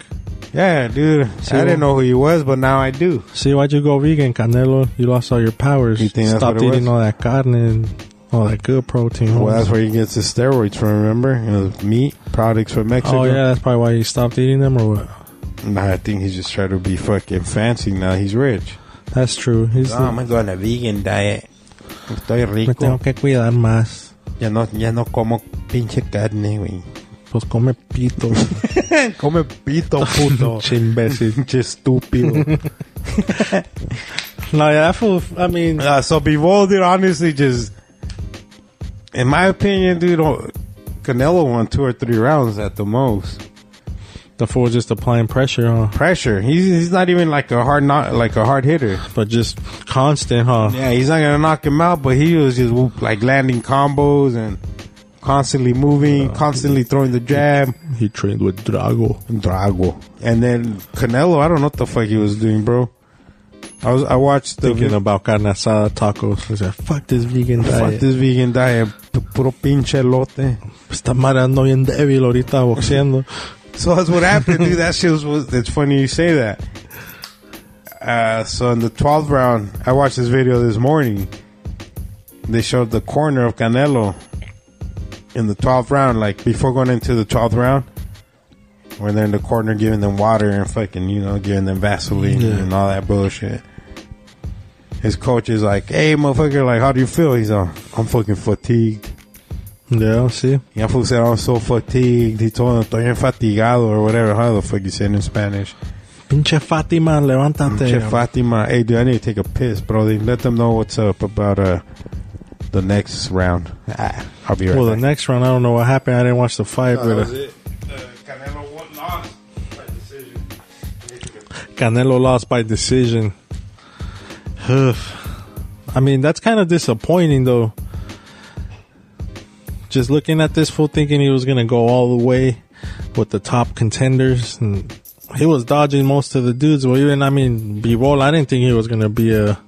Speaker 1: Yeah, dude. I didn't know who he was, but now I do.
Speaker 2: See, why'd you go vegan, Canelo? You lost all your powers.
Speaker 1: You think that's
Speaker 2: Stopped
Speaker 1: what it
Speaker 2: eating
Speaker 1: was?
Speaker 2: all that carne and all that good protein.
Speaker 1: Well, that's where he gets his steroids from. Remember, it was meat products from Mexico.
Speaker 2: oh, yeah, that's probably why he stopped eating them or what?
Speaker 1: Nah, I think he's just trying to be fucking fancy now. He's rich.
Speaker 2: That's true. He's the,
Speaker 1: gonna go on a vegan diet. Estoy
Speaker 2: me tengo que cuidar más.
Speaker 1: Ya no, ya no como pinche carne, güey.
Speaker 2: Pues come pito. (laughs)
Speaker 1: come pito, puto.
Speaker 2: Che imbécil.
Speaker 1: pinche estúpido.
Speaker 2: no, yeah, that fool, I mean,
Speaker 1: Uh, so Bivol, dude, honestly, just in my opinion, dude, oh, Canelo won two or three rounds at the most.
Speaker 2: the fool was just applying pressure, huh?
Speaker 1: Pressure. He's he's not even like a hard not like a hard hitter.
Speaker 2: But just constant, huh?
Speaker 1: Yeah, he's not gonna knock him out, but he was just whoop, like landing combos and constantly moving, constantly throwing the jab.
Speaker 2: He trained with Drago.
Speaker 1: Drago. And then Canelo, I don't know what the fuck he was doing, bro. I was I watched the
Speaker 2: Thinking about carne asada tacos. He said, fuck this vegan
Speaker 1: fuck
Speaker 2: diet.
Speaker 1: this vegan diet, P- puro pinche lote.
Speaker 2: Esta mara ando bien débil ahorita (laughs) boxeando.
Speaker 1: So that's what happened, dude. That shit was, was. It's funny you say that. Uh, so in the 12th round, I watched this video this morning. They showed the corner of Canelo in the 12th round, like before going into the 12th round, when they're in the corner giving them water and fucking, you know, giving them Vaseline
Speaker 2: Yeah.
Speaker 1: and all that bullshit. His coach is like, "Hey, motherfucker, like, how do you feel?" He's like, "I'm fucking fatigued."
Speaker 2: yeah, see?
Speaker 1: Ya fool said, I'm so fatigued. He told him, estoy fatigado or whatever. How the fuck you say it in Spanish?
Speaker 2: Pinche Fatima, levántate.
Speaker 1: Che Fatima. Hey, dude, I need to take a piss, bro. They let them know what's up about uh, the next round. Ah, I'll be right
Speaker 2: well, the
Speaker 1: back.
Speaker 2: next round, I don't know what happened. I didn't watch the fight, but uh,
Speaker 1: it. Canelo won, lost by decision.
Speaker 2: Canelo lost by decision. Ugh. I mean, that's kind of disappointing, though. Just looking at this fool, thinking he was going to go all the way with the top contenders, and he was dodging most of the dudes. Well, even I mean, B-roll. I didn't think he was gonna be a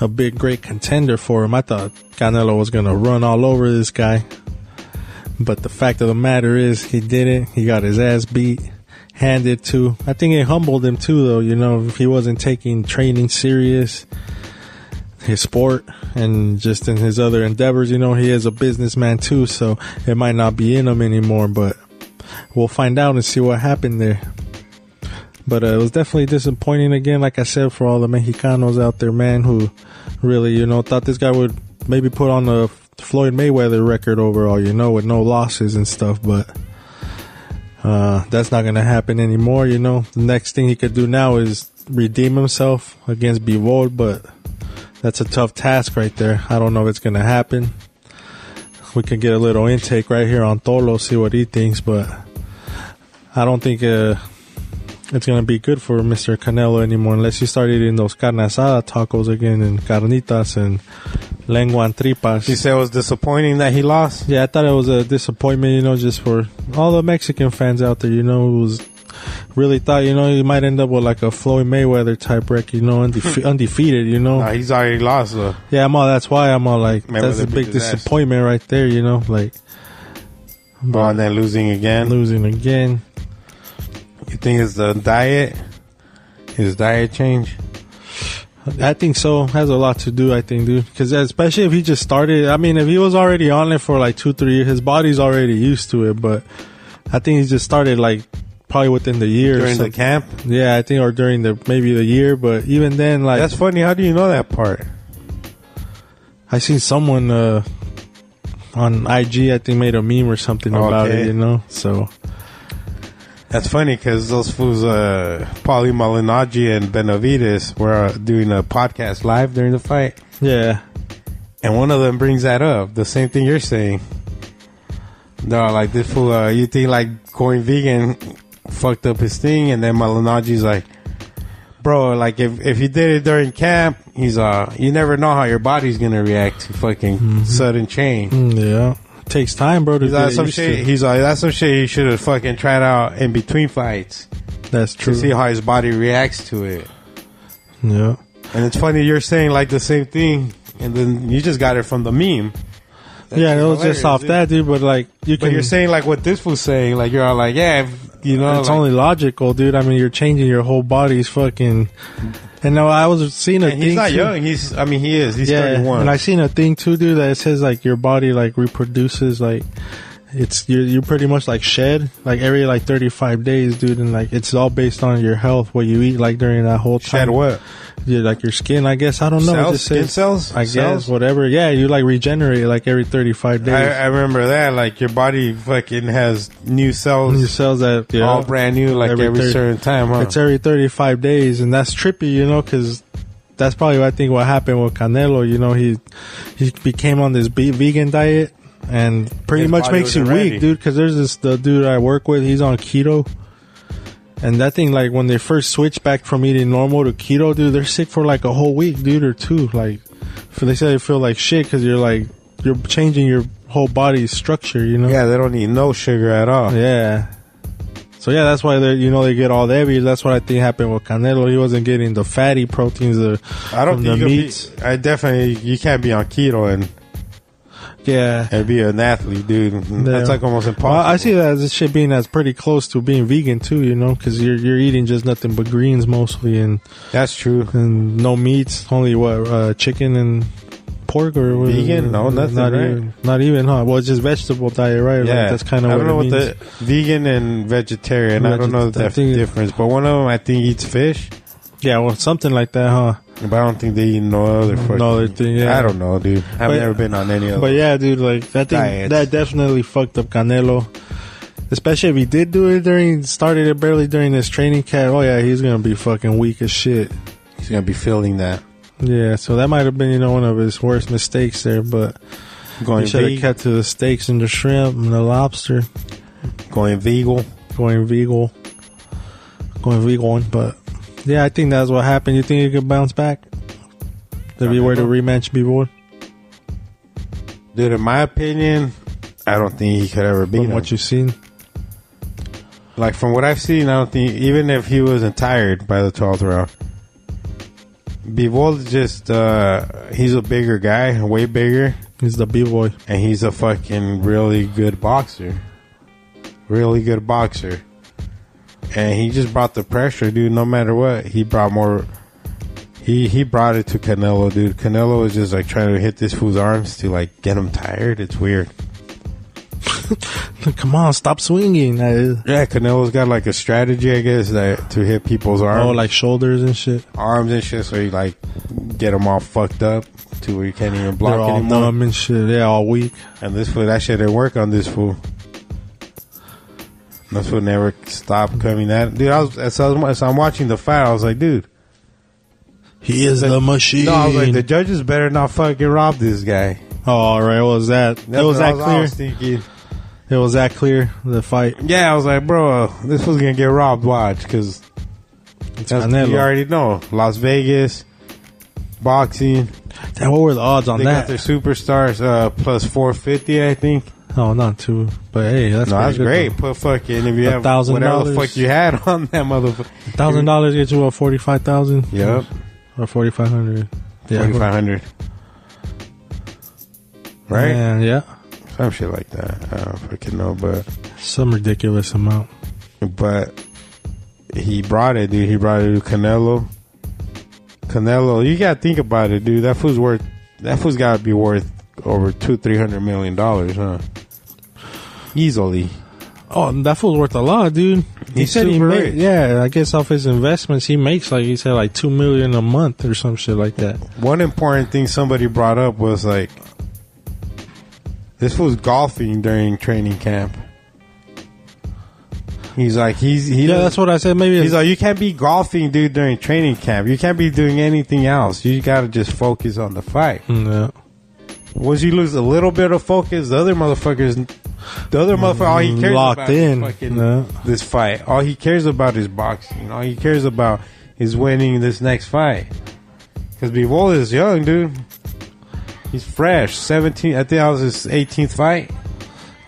Speaker 2: a big great contender for him. I thought Canelo was gonna run all over this guy. But the fact of the matter is, he did it. He got his ass beat, handed to. I think it humbled him too, though. You know, if he wasn't taking training serious, his sport, and just in his other endeavors, you know, he is a businessman too. So it might not be in him anymore, but we'll find out and see what happened there. But uh, it was definitely disappointing again, like I said, for all the Mexicanos out there, man, who really, you know, thought this guy would maybe put on a Floyd Mayweather record overall, you know, with no losses and stuff. But uh, that's not going to happen anymore, you know. The next thing he could do now is redeem himself against Bivol, but that's a tough task right there. I don't know if it's going to happen. We can get a little intake right here on Tolo, see what he thinks, but I don't think. Uh, it's gonna be good for Mr. Canelo anymore unless he started eating those carne asada tacos again and carnitas and lengua and tripas.
Speaker 1: You said it was disappointing that he lost.
Speaker 2: yeah, I thought it was a disappointment, you know, just for all the Mexican fans out there, you know, who was really thought, you know, he might end up with like a Floyd Mayweather type record, you know,
Speaker 1: (laughs)
Speaker 2: undefe- undefeated, you know.
Speaker 1: Nah, he's already lost though.
Speaker 2: Yeah, I'm all. That's why I'm all like,
Speaker 1: Mayweather
Speaker 2: that's a
Speaker 1: beat
Speaker 2: big
Speaker 1: his ass.
Speaker 2: disappointment right there, you know, like.
Speaker 1: Oh, and then losing again.
Speaker 2: losing again.
Speaker 1: You think it's the diet? His diet change?
Speaker 2: I think so. Has a lot to do, I think, dude. Because especially if he just started, I mean, if he was already on it for like two, three years, his body's already used to it. But I think he just started like probably within the year. or
Speaker 1: during the
Speaker 2: something.
Speaker 1: camp.
Speaker 2: yeah, I think, or during the maybe the year. But even then, like,
Speaker 1: That's funny. How do you know that part?
Speaker 2: I seen someone uh, on IG, I think, made a meme or something about
Speaker 1: Okay.
Speaker 2: it. You know, so
Speaker 1: That's funny because those fools, uh, Paulie Malignaggi and Benavides, were uh, doing a podcast live during the fight,
Speaker 2: yeah,
Speaker 1: and one of them brings that up. The same thing you're saying. No, like this fool. Uh, you think like going vegan fucked up his thing, and then Malignaggi's like, bro, like if if you did it during camp, he's uh, you never know how your body's gonna react to fucking sudden change.
Speaker 2: Mm, yeah. Takes time, bro. To
Speaker 1: He's
Speaker 2: get
Speaker 1: like, some
Speaker 2: used
Speaker 1: shit.
Speaker 2: to.
Speaker 1: He's like, that's some shit you should have fucking tried out in between fights
Speaker 2: That's
Speaker 1: to
Speaker 2: true.
Speaker 1: see how his body reacts to it.
Speaker 2: yeah.
Speaker 1: And it's funny you're saying like the same thing, and then you just got it from the meme. That's
Speaker 2: yeah, it was
Speaker 1: hilarious,
Speaker 2: just off
Speaker 1: dude.
Speaker 2: that, dude. But like, you
Speaker 1: But
Speaker 2: can.
Speaker 1: you're saying like what this was saying, like you're all like, yeah, if- you know,
Speaker 2: it's
Speaker 1: like-
Speaker 2: only logical, dude. I mean, you're changing your whole body's fucking. And now I was seeing a
Speaker 1: And
Speaker 2: thing.
Speaker 1: he's not
Speaker 2: too-
Speaker 1: young. He's, I mean, he is. He's
Speaker 2: Yeah,
Speaker 1: 31.
Speaker 2: and I seen a thing too, dude. That it says like your body like reproduces like it's you you pretty much like shed like every like 35 days, dude. And like it's all based on your health, what you eat like during that whole time.
Speaker 1: Shed what?
Speaker 2: Yeah, like your skin, I guess. I don't know. It
Speaker 1: Cells?
Speaker 2: just
Speaker 1: Skin
Speaker 2: says-
Speaker 1: cells?
Speaker 2: I guess
Speaker 1: Cells?
Speaker 2: whatever. Yeah, you like regenerate like every 35 days.
Speaker 1: I, I remember that. Like your body fucking has new
Speaker 2: your
Speaker 1: cells,
Speaker 2: cells that yeah.
Speaker 1: all brand new, like every,
Speaker 2: Every thirty-
Speaker 1: certain time. Huh?
Speaker 2: It's every 35 days, and that's trippy, you know, because that's probably what I think what happened with Canelo. You know, he he became on this be- vegan diet, and pretty
Speaker 1: His
Speaker 2: much
Speaker 1: body
Speaker 2: makes you
Speaker 1: wasn't ready.
Speaker 2: weak, dude. Because there's this the dude I work with, he's on keto. And that thing, like when they first switch back from eating normal to keto, dude, they're sick for like a whole week, dude, or two. Like, for, they say they feel like shit because you're like you're changing your whole body's structure, you know.
Speaker 1: yeah, they don't need no sugar at all.
Speaker 2: Yeah. So yeah, that's why they you know they get all the heavy. That's what I think happened with Canelo. He wasn't getting the fatty proteins. The,
Speaker 1: I don't think
Speaker 2: from the
Speaker 1: you could
Speaker 2: meats.
Speaker 1: Be, I definitely you can't be on keto and,
Speaker 2: yeah.
Speaker 1: and be an athlete, dude. That's like almost impossible.
Speaker 2: Well, I see that as shit being as pretty close to being vegan too. You know, because you're you're eating just nothing but greens mostly and
Speaker 1: That's true.
Speaker 2: and no meats. Only what uh, chicken and pork or what is it?
Speaker 1: Vegan? No, nothing,
Speaker 2: Not
Speaker 1: right?
Speaker 2: even. Not even, huh? Well, it's just vegetable diet, right? Like,
Speaker 1: Yeah,
Speaker 2: that's kind of
Speaker 1: I
Speaker 2: what
Speaker 1: don't know
Speaker 2: it means.
Speaker 1: what the vegan and vegetarian. I don't
Speaker 2: Veget-
Speaker 1: know the
Speaker 2: I think-
Speaker 1: difference, but one of them I think eats fish,
Speaker 2: yeah, well, something like that, huh?
Speaker 1: but I don't think they eat no other. fucking-
Speaker 2: No other thing, yeah.
Speaker 1: I don't know, dude. I've
Speaker 2: But-
Speaker 1: never been on any of.
Speaker 2: But
Speaker 1: them.
Speaker 2: yeah, dude, like that thing
Speaker 1: Diets.
Speaker 2: that definitely fucked up Canelo. Especially if he did do it during started it barely during his training camp. Oh yeah, he's gonna be fucking weak as shit.
Speaker 1: he's gonna be feeling that
Speaker 2: Yeah, so that might have been you know one of his worst mistakes there, but
Speaker 1: going
Speaker 2: he should have
Speaker 1: vegan,
Speaker 2: kept to the steaks and the shrimp and the lobster,
Speaker 1: going vegan.
Speaker 2: going vegan, going vegan. But yeah, I think that's what happened. You think he could bounce back? If he were to rematch B-Boy?
Speaker 1: Dude, in my opinion, I don't think he could ever beat
Speaker 2: From
Speaker 1: him.
Speaker 2: what you've seen?
Speaker 1: Like from what I've seen, I don't think even if he wasn't tired by the twelfth round, Bivol just uh, he's a bigger guy, way bigger,
Speaker 2: He's the B boy.
Speaker 1: and he's a fucking really good boxer, really good boxer, and he just brought the pressure, dude. No matter what, he brought more. He he brought it to Canelo, dude. Canelo is just like trying to hit this fool's arms to like get him tired. It's weird.
Speaker 2: (laughs) Come on, stop swinging. That is-
Speaker 1: Yeah, Canelo's got like a strategy, I guess, that to hit people's arms,
Speaker 2: Oh, like shoulders and shit.
Speaker 1: arms and shit, so you like get them all fucked up to where you can't even block
Speaker 2: They're all
Speaker 1: anymore.
Speaker 2: numb and shit. They're all weak.
Speaker 1: And this fool, that shit didn't work on this fool. This fool never stopped coming at dude. I was as, I was as I'm watching the fight, I was like, dude,
Speaker 2: He is the machine.
Speaker 1: no, I was like, the judges better not fucking rob this guy.
Speaker 2: oh, all right. What was that? it
Speaker 1: That's
Speaker 2: was
Speaker 1: what I
Speaker 2: that
Speaker 1: I
Speaker 2: clear.
Speaker 1: was thinking.
Speaker 2: It was that clear. The fight.
Speaker 1: Yeah, I was like, bro, uh, this was gonna get robbed. Watch, because
Speaker 2: Canelo.
Speaker 1: you already know Las Vegas boxing.
Speaker 2: Damn, what were the odds on
Speaker 1: They got
Speaker 2: that?
Speaker 1: their superstars uh, plus four fifty, I think.
Speaker 2: Oh, not two. But hey, that's
Speaker 1: No,
Speaker 2: pretty
Speaker 1: that's
Speaker 2: good,
Speaker 1: great. Put fucking if you
Speaker 2: A
Speaker 1: have
Speaker 2: thousand
Speaker 1: whatever the
Speaker 2: dollars.
Speaker 1: fuck you had (laughs) on that motherfucker.
Speaker 2: though. Thousand dollars gets you what forty five thousand.
Speaker 1: Yep,
Speaker 2: Or forty five hundred.
Speaker 1: forty five hundred. Right,
Speaker 2: Man, yeah.
Speaker 1: some shit like that. I don't fucking know, but
Speaker 2: Some ridiculous amount.
Speaker 1: but he brought it, dude. He brought it to Canelo. Canelo, you gotta think about it, dude. That food's worth. That food's gotta be worth over two, three hundred million dollars, huh? Easily.
Speaker 2: Oh, and that fool's worth a lot, dude. he
Speaker 1: He's
Speaker 2: said he
Speaker 1: super
Speaker 2: made,
Speaker 1: rich.
Speaker 2: yeah, I guess off his investments, he makes like he said like two million a month or some shit like that.
Speaker 1: One important thing somebody brought up was like, this was golfing during training camp. He's like, he's he.
Speaker 2: yeah, that's what I said. Maybe
Speaker 1: He's
Speaker 2: it's,
Speaker 1: like, you can't be golfing, dude, during training camp. You can't be doing anything else. You gotta just focus on the fight.
Speaker 2: no.
Speaker 1: Once you lose a little bit of focus, the other motherfuckers, the other motherfucker, all he cares
Speaker 2: Locked
Speaker 1: about is
Speaker 2: in.
Speaker 1: fucking
Speaker 2: Yeah.
Speaker 1: this fight. All he cares about is boxing. All he cares about is winning this next fight. Because Bivol is young, dude. He's fresh. 17, I think that was his 18th fight.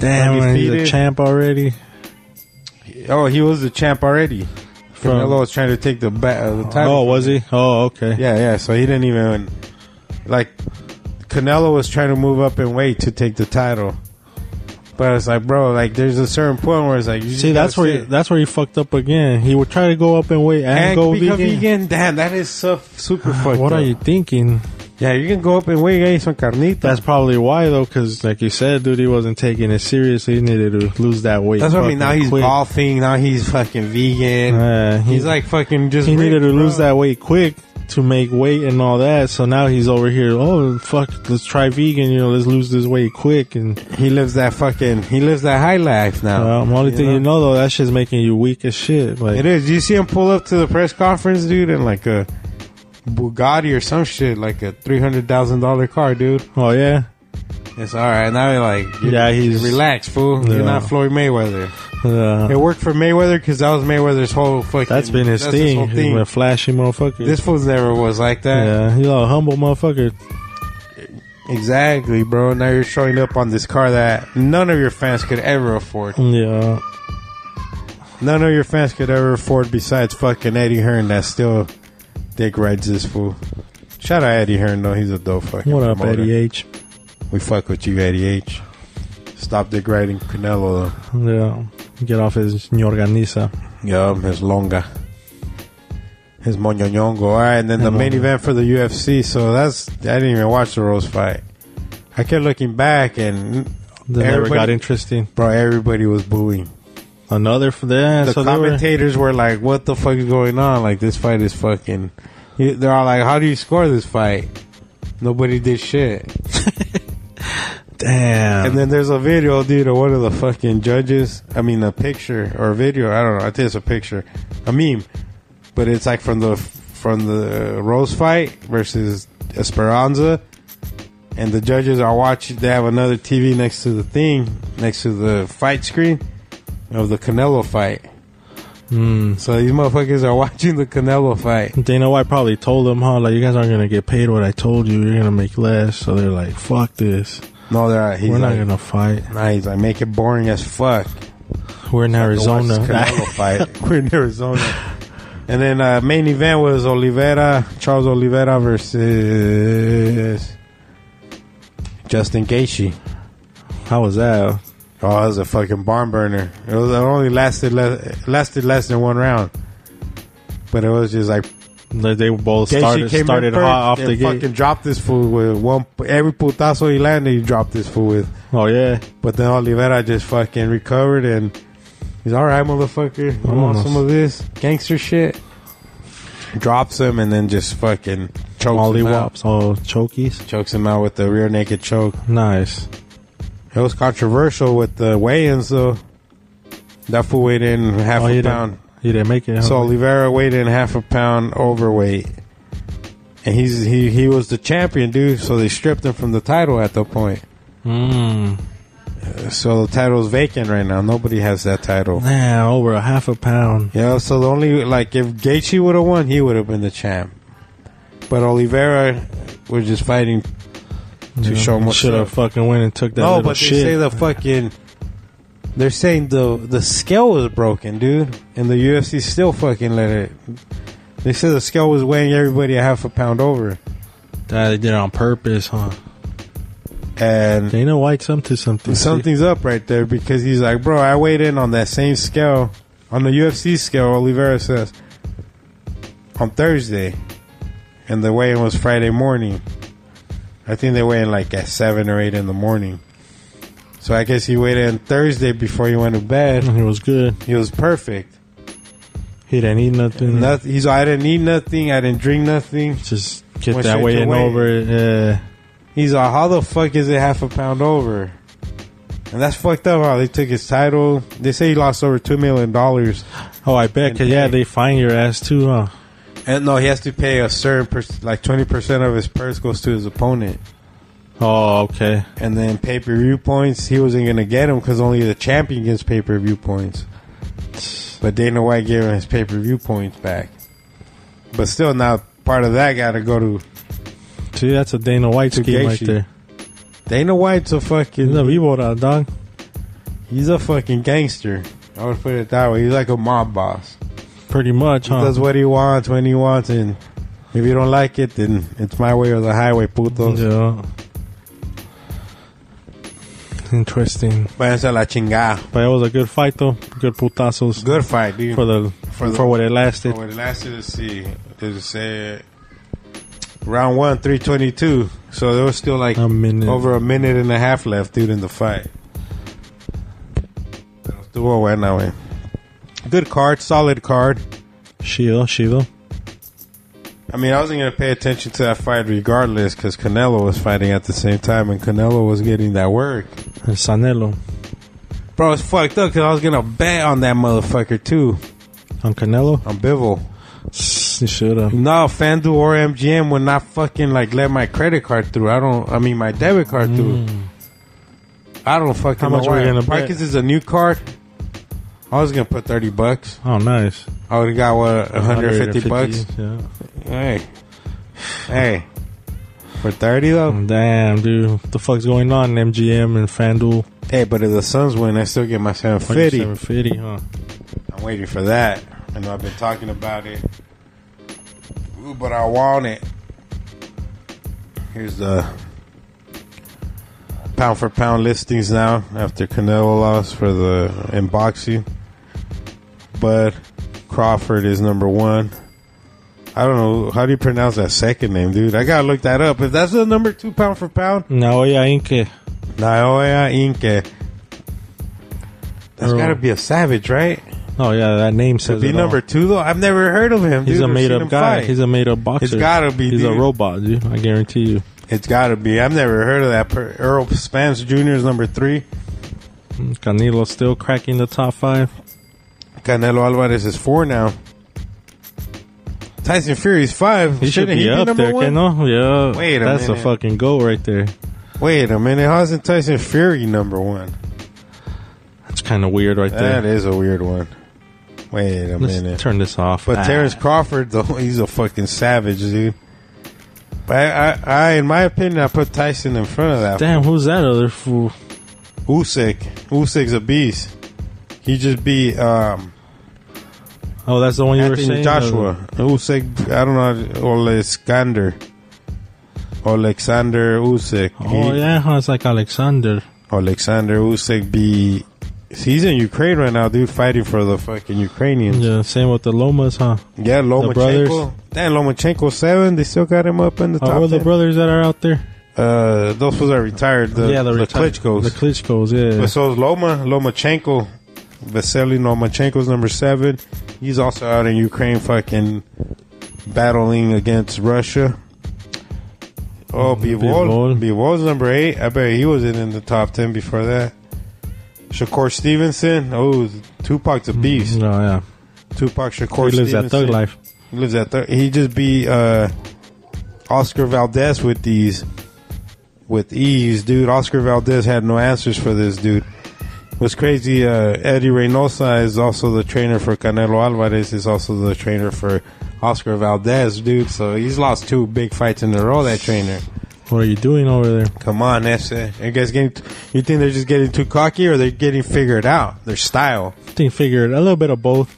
Speaker 2: Damn, man, he's a
Speaker 1: Undefeated.
Speaker 2: champ already.
Speaker 1: Oh, he was the champ already.
Speaker 2: From-
Speaker 1: Canelo was trying to take the, ba- uh, the title.
Speaker 2: Oh, was he? Oh, okay.
Speaker 1: Yeah, yeah. So he didn't even like Canelo was trying to move up in weight to take the title. But it's like, bro, like there's a certain point where it's like, you just
Speaker 2: See, that's
Speaker 1: gotta
Speaker 2: where he,
Speaker 1: sit.
Speaker 2: that's where he fucked up again. He would try to go up and wait and,
Speaker 1: and
Speaker 2: go
Speaker 1: become
Speaker 2: vegan.
Speaker 1: vegan. Damn, that is so super fucked
Speaker 2: Ah, What
Speaker 1: up.
Speaker 2: are you thinking?
Speaker 1: Yeah, you can go up and weight gain some carnitas.
Speaker 2: That's probably why though, because like you said, dude, he wasn't taking it seriously. He needed to lose that weight.
Speaker 1: that's what I mean. Now
Speaker 2: fucking
Speaker 1: he's
Speaker 2: quick.
Speaker 1: golfing. Now he's fucking vegan.
Speaker 2: Yeah, he-
Speaker 1: he's like fucking just.
Speaker 2: He needed
Speaker 1: ripped,
Speaker 2: to lose
Speaker 1: bro.
Speaker 2: that weight quick to make weight and all that. So now he's over here. Oh fuck, let's try vegan. You know, let's lose this weight quick. And
Speaker 1: He lives that fucking. He lives that high life now.
Speaker 2: um, only
Speaker 1: You
Speaker 2: thing
Speaker 1: know?
Speaker 2: you know though, that shit's making you weak as shit.
Speaker 1: It
Speaker 2: Like
Speaker 1: is. You see him pull up to the press conference, dude, in like a Bugatti or some shit, like a three hundred thousand dollar car, dude.
Speaker 2: oh yeah,
Speaker 1: It's all right. Now you're like, you're,
Speaker 2: Yeah, he's-
Speaker 1: relaxed, fool.
Speaker 2: Yeah.
Speaker 1: You're not Floyd Mayweather.
Speaker 2: uh,
Speaker 1: It worked for Mayweather because that was Mayweather's whole fucking.
Speaker 2: that's been his
Speaker 1: that's
Speaker 2: thing.
Speaker 1: whole
Speaker 2: He's been a flashy motherfucker.
Speaker 1: This fool never was like that.
Speaker 2: yeah, he's a humble motherfucker.
Speaker 1: Exactly, bro. Now you're showing up on this car that none of your fans could ever afford.
Speaker 2: Yeah,
Speaker 1: None of your fans could ever afford besides fucking Eddie Hearn that still dick rides this fool. Shout out Eddie Hearn though, he's a dope fucking
Speaker 2: what up,
Speaker 1: promoter.
Speaker 2: Eddie H?
Speaker 1: We fuck with you, Eddie H. Stop dick riding Canelo though.
Speaker 2: Yeah, get off his ñorganiza.
Speaker 1: Yeah, his longa. His moñoñongo. Alright, and then the
Speaker 2: And
Speaker 1: main
Speaker 2: Moño.
Speaker 1: event for the UFC, so that's I didn't even watch the Rose fight. I kept looking back and
Speaker 2: That never
Speaker 1: Everybody-
Speaker 2: got interesting.
Speaker 1: bro, everybody was booing.
Speaker 2: Another for that.
Speaker 1: the
Speaker 2: so they were,
Speaker 1: commentators were, like, "What the fuck is going on? Like this fight is fucking." You- They're all like, "How do you score this fight?" Nobody did shit.
Speaker 2: damn.
Speaker 1: And then there's a video, dude, of one of the fucking judges. I mean, a picture or a video. I don't know. I think it's a picture, a meme, but it's like from the from the Rose fight versus Esperanza, and the judges are watching. They have another TV next to the thing, next to the fight screen of the Canelo fight.
Speaker 2: Mm.
Speaker 1: So these motherfuckers are (laughs) watching the Canelo fight.
Speaker 2: Dana White probably told them, huh? Like, you guys aren't gonna get paid what I told you. You're gonna make less. So they're like, fuck this.
Speaker 1: No, they're he's
Speaker 2: We're not
Speaker 1: like,
Speaker 2: gonna fight.
Speaker 1: Nah, he's like make it boring as fuck.
Speaker 2: We're in Arizona.
Speaker 1: fight. (laughs) We're in Arizona. And then uh, main event was Oliveira, Charles Oliveira versus Justin Gaethje.
Speaker 2: How was that?
Speaker 1: Oh, that was a fucking barn burner. It was it only lasted less, lasted less than one round, but it was just like
Speaker 2: They they both
Speaker 1: Gaethje
Speaker 2: started
Speaker 1: came in
Speaker 2: started
Speaker 1: first
Speaker 2: hot off
Speaker 1: and
Speaker 2: the gate.
Speaker 1: Fucking dropped this fool with one every putazo he landed, he dropped this fool with.
Speaker 2: oh yeah,
Speaker 1: But then Oliveira just fucking recovered and he's all right, motherfucker. I want
Speaker 2: Vamos.
Speaker 1: some of this gangster shit. Drops him and then just fucking chokes
Speaker 2: Molly
Speaker 1: him out.
Speaker 2: wops. Oh, chokies.
Speaker 1: Chokes him out with the rear naked choke.
Speaker 2: Nice.
Speaker 1: It was controversial with the weigh-ins though. That fool weighed in half
Speaker 2: Oh,
Speaker 1: a
Speaker 2: he
Speaker 1: pound.
Speaker 2: didn't. He didn't make it. huh?
Speaker 1: So Oliveira weighed in half a pound overweight, and he's he he was the champion, dude. So they stripped him from the title at that point.
Speaker 2: mm.
Speaker 1: So the title's vacant right now. Nobody has that title.
Speaker 2: man, over a half a pound.
Speaker 1: Yeah. So the only like if Gaethje would have won, he would have been the champ. But Oliveira was just fighting to show him what's
Speaker 2: Should
Speaker 1: up.
Speaker 2: have fucking went and took that.
Speaker 1: uh, No,
Speaker 2: little
Speaker 1: but
Speaker 2: shit.
Speaker 1: they say the fucking. They're saying the the scale was broken, dude, and the UFC still fucking let it. They said the scale was weighing everybody a half a pound over.
Speaker 2: That they did it on purpose, huh?
Speaker 1: and
Speaker 2: Dana White's up to something.
Speaker 1: something's up right there because he's like, bro, I weighed in on that same scale, on the UFC scale. Oliveira says on Thursday, and the weigh-in was Friday morning. I think they weigh in like at seven or eight in the morning. So I guess he weighed in Thursday before he went to bed.
Speaker 2: It was good.
Speaker 1: He was perfect.
Speaker 2: He didn't eat nothing.
Speaker 1: Nothing. He's. I didn't eat nothing. I didn't drink nothing.
Speaker 2: Just get
Speaker 1: Went
Speaker 2: that
Speaker 1: straight
Speaker 2: way
Speaker 1: to
Speaker 2: and
Speaker 1: weigh.
Speaker 2: over it. Yeah.
Speaker 1: He's like, how the fuck is it half a pound over? And that's fucked up how they took his title. They say he lost over $2 million.
Speaker 2: Oh, I bet. 'cause, yeah, they fine your ass too, huh?
Speaker 1: And no, he has to pay a certain, per- like 20% of his purse goes to his opponent.
Speaker 2: Oh, okay.
Speaker 1: And then pay per view points, he wasn't going to get him because only the champion gets pay per view points. But Dana White gave him his pay per view points back. But still, now part of that got to go to
Speaker 2: See, that's a Dana White
Speaker 1: To
Speaker 2: scheme right
Speaker 1: Gaethje.
Speaker 2: there.
Speaker 1: Dana White's a fucking.
Speaker 2: He's a vivo that dog.
Speaker 1: He's a fucking gangster. I would put it that way. He's like a mob boss.
Speaker 2: Pretty much,
Speaker 1: He
Speaker 2: huh?
Speaker 1: does what he wants when he wants, and if you don't like it, then it's my way or the highway, putos.
Speaker 2: Yeah. Interesting.
Speaker 1: Váyanse a la chingada.
Speaker 2: But it was a good fight, though. Good putazos.
Speaker 1: Good fight, dude.
Speaker 2: For the
Speaker 1: For
Speaker 2: for,
Speaker 1: Oh, the-
Speaker 2: what it lasted.
Speaker 1: What it lasted, let's see. Did it say round one, 322? So there was still like
Speaker 2: A minute.
Speaker 1: over a minute and a half left, dude, in the fight. Pero estuvo buena, way. Good card, solid card.
Speaker 2: Shield, Shield.
Speaker 1: I mean, I wasn't going to pay attention to that fight regardless because Canelo was fighting at the same time and Canelo was getting that work.
Speaker 2: And Sanelo.
Speaker 1: Bro, it's fucked up because I was gonna bet on that motherfucker too
Speaker 2: On Canelo.
Speaker 1: on Bivol.
Speaker 2: You should have.
Speaker 1: No, FanDuel or MGM would not fucking like let my credit card through. I don't. I mean, my debit card through. I don't fucking.
Speaker 2: Mm. How much
Speaker 1: know
Speaker 2: were you
Speaker 1: why.
Speaker 2: gonna bet?
Speaker 1: Parkins is a new card. I was gonna put thirty bucks.
Speaker 2: Oh, nice.
Speaker 1: I would have got what 150 bucks.
Speaker 2: Yeah.
Speaker 1: Hey, hey, for thirty
Speaker 2: Mm.
Speaker 1: though.
Speaker 2: Oh, Damn, dude. What the fuck's going on in MGM and FanDuel?
Speaker 1: Hey, but if the Suns win, I still get my seven fifty.
Speaker 2: 150, huh?
Speaker 1: I'm waiting for that. I know I've been talking about it, Ooh, but I want it. Here's the pound for pound listings now after Canelo lost for the in boxing. But Crawford is number one. I don't know how do you pronounce that second name, dude. I gotta look that up. If that's the number two pound for pound,
Speaker 2: Naoya Inke.
Speaker 1: Naoya Inke. That's
Speaker 2: Earl.
Speaker 1: gotta be a savage, right?
Speaker 2: Oh, yeah, that name
Speaker 1: To
Speaker 2: says
Speaker 1: be
Speaker 2: it
Speaker 1: number
Speaker 2: all.
Speaker 1: two, though, I've never heard of him.
Speaker 2: He's
Speaker 1: dude,
Speaker 2: a
Speaker 1: or
Speaker 2: made
Speaker 1: seen
Speaker 2: up
Speaker 1: him
Speaker 2: guy.
Speaker 1: fight.
Speaker 2: He's a made up boxer.
Speaker 1: it's gotta be.
Speaker 2: He's
Speaker 1: dude.
Speaker 2: a robot, dude. I guarantee you.
Speaker 1: It's gotta be. I've never heard of that. Per- Earl Spence Jr. is number three.
Speaker 2: Canelo still cracking the top five.
Speaker 1: Canelo Alvarez is four now. Tyson Fury is five.
Speaker 2: He should
Speaker 1: Shouldn't
Speaker 2: be up
Speaker 1: number
Speaker 2: there,
Speaker 1: one?
Speaker 2: Keno. Yeah.
Speaker 1: Wait a
Speaker 2: That's
Speaker 1: minute.
Speaker 2: a fucking goal right there.
Speaker 1: Wait a minute. How isn't Tyson Fury number one?
Speaker 2: That's kind of weird right
Speaker 1: That
Speaker 2: there.
Speaker 1: is a weird one. Wait a
Speaker 2: Let's
Speaker 1: minute.
Speaker 2: turn this off.
Speaker 1: But
Speaker 2: Ah.
Speaker 1: Terrence Crawford, though, (laughs) he's a fucking savage, dude. But I, I, I, in my opinion, I put Tyson in front of that.
Speaker 2: Damn, who's that other fool?
Speaker 1: Usyk. Usyk's a beast. He just beat um,
Speaker 2: Oh, that's the one you were
Speaker 1: Anthony
Speaker 2: saying.
Speaker 1: Joshua. Usyk, I don't know, Oleskander. Alexander Usyk.
Speaker 2: Uh, oh
Speaker 1: He-
Speaker 2: yeah, huh, it's like Alexander.
Speaker 1: Alexander Usyk be he's in Ukraine right now, dude, fighting for the fucking Ukrainians. Yeah,
Speaker 2: Yeah, same with the Lomas, huh? brothers.
Speaker 1: Lomachenko. Damn, Lomachenko seven. They still got him up in the
Speaker 2: Oh,
Speaker 1: top.
Speaker 2: all the
Speaker 1: 10.
Speaker 2: brothers that are out there.
Speaker 1: uh, those fools are retired. The,
Speaker 2: yeah,
Speaker 1: the,
Speaker 2: retired-
Speaker 1: Klitschko's.
Speaker 2: The Klitschko's, yeah.
Speaker 1: but so is Loma Lomachenko. Vasily Lomachenko's number seven. He's also out in Ukraine, fucking battling against Russia. Oh, Bivol.
Speaker 2: Mm-hmm. Bivol.
Speaker 1: Bivol's number eight. I bet he wasn't in the top ten before that. Shakur Stevenson. Oh, Tupac's a beast.
Speaker 2: No, Oh, yeah.
Speaker 1: Tupac Shakur
Speaker 2: Mm-hmm. He lives
Speaker 1: Stevenson.
Speaker 2: that thug life.
Speaker 1: He lives that third. He just be uh, Oscar Valdez with these with ease, dude. Oscar Valdez had no answers for this dude. What's crazy? Uh, Eddie Reynosa is also the trainer for Canelo Alvarez. Is also the trainer for Oscar Valdez, dude. So he's lost two big fights in a row. That trainer.
Speaker 2: What are you doing over there?
Speaker 1: Come on, that's it. You guys getting? You think they're just getting too cocky, or they're getting figured out their style?
Speaker 2: I think figure it- a little bit of both.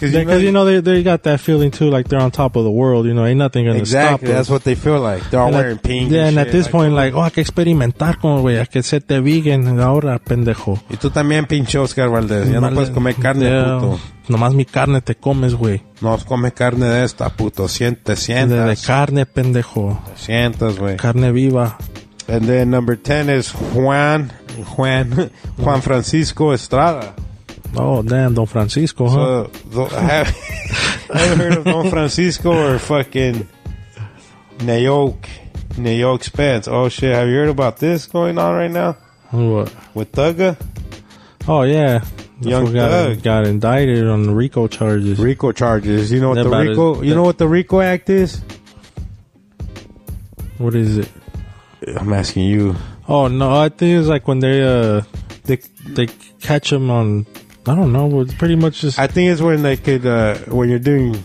Speaker 1: Because
Speaker 2: Because you know they they got that feeling too, like they're on top of the world. You know, ain't nothing gonna stop
Speaker 1: exactly.
Speaker 2: them.
Speaker 1: That's what they feel like. They're all
Speaker 2: And at-
Speaker 1: wearing pink.
Speaker 2: Yeah, and
Speaker 1: shit,
Speaker 2: at this
Speaker 1: like-
Speaker 2: point, like, oh, hay que experimentar con, güey, hay que serte vegan ahora, pendejo.
Speaker 1: Y tú también, pinche Oscar Valdez. Ya no
Speaker 2: Vale.
Speaker 1: puedes comer carne,
Speaker 2: Yeah.
Speaker 1: puto.
Speaker 2: Nomás mi carne te comes, güey.
Speaker 1: No comes carne de esta, puto. Siente,
Speaker 2: De, de
Speaker 1: sientas.
Speaker 2: carne, pendejo.
Speaker 1: Sientas, güey.
Speaker 2: Carne viva.
Speaker 1: And then number 10 is Juan. Juan. (laughs) Juan Francisco Estrada.
Speaker 2: Oh, damn, Don Francisco, huh?
Speaker 1: So, th- I (laughs) have, I haven't heard of Don Francisco or fucking Nayok. Nayok Spence. Oh, shit. Have you heard about this going on right now?
Speaker 2: What?
Speaker 1: With Thugga?
Speaker 2: Oh, yeah.
Speaker 1: Young
Speaker 2: Fool got,
Speaker 1: Thug.
Speaker 2: got indicted on RICO charges.
Speaker 1: Rico charges. You know what
Speaker 2: They're
Speaker 1: the
Speaker 2: about to-
Speaker 1: Rico, you know what the Rico Act is?
Speaker 2: what is it?
Speaker 1: I'm asking you.
Speaker 2: Oh, no, I think it's like when they, uh, they, they catch him on, I don't know, it's pretty much just,
Speaker 1: I think it's when they could uh, when you're doing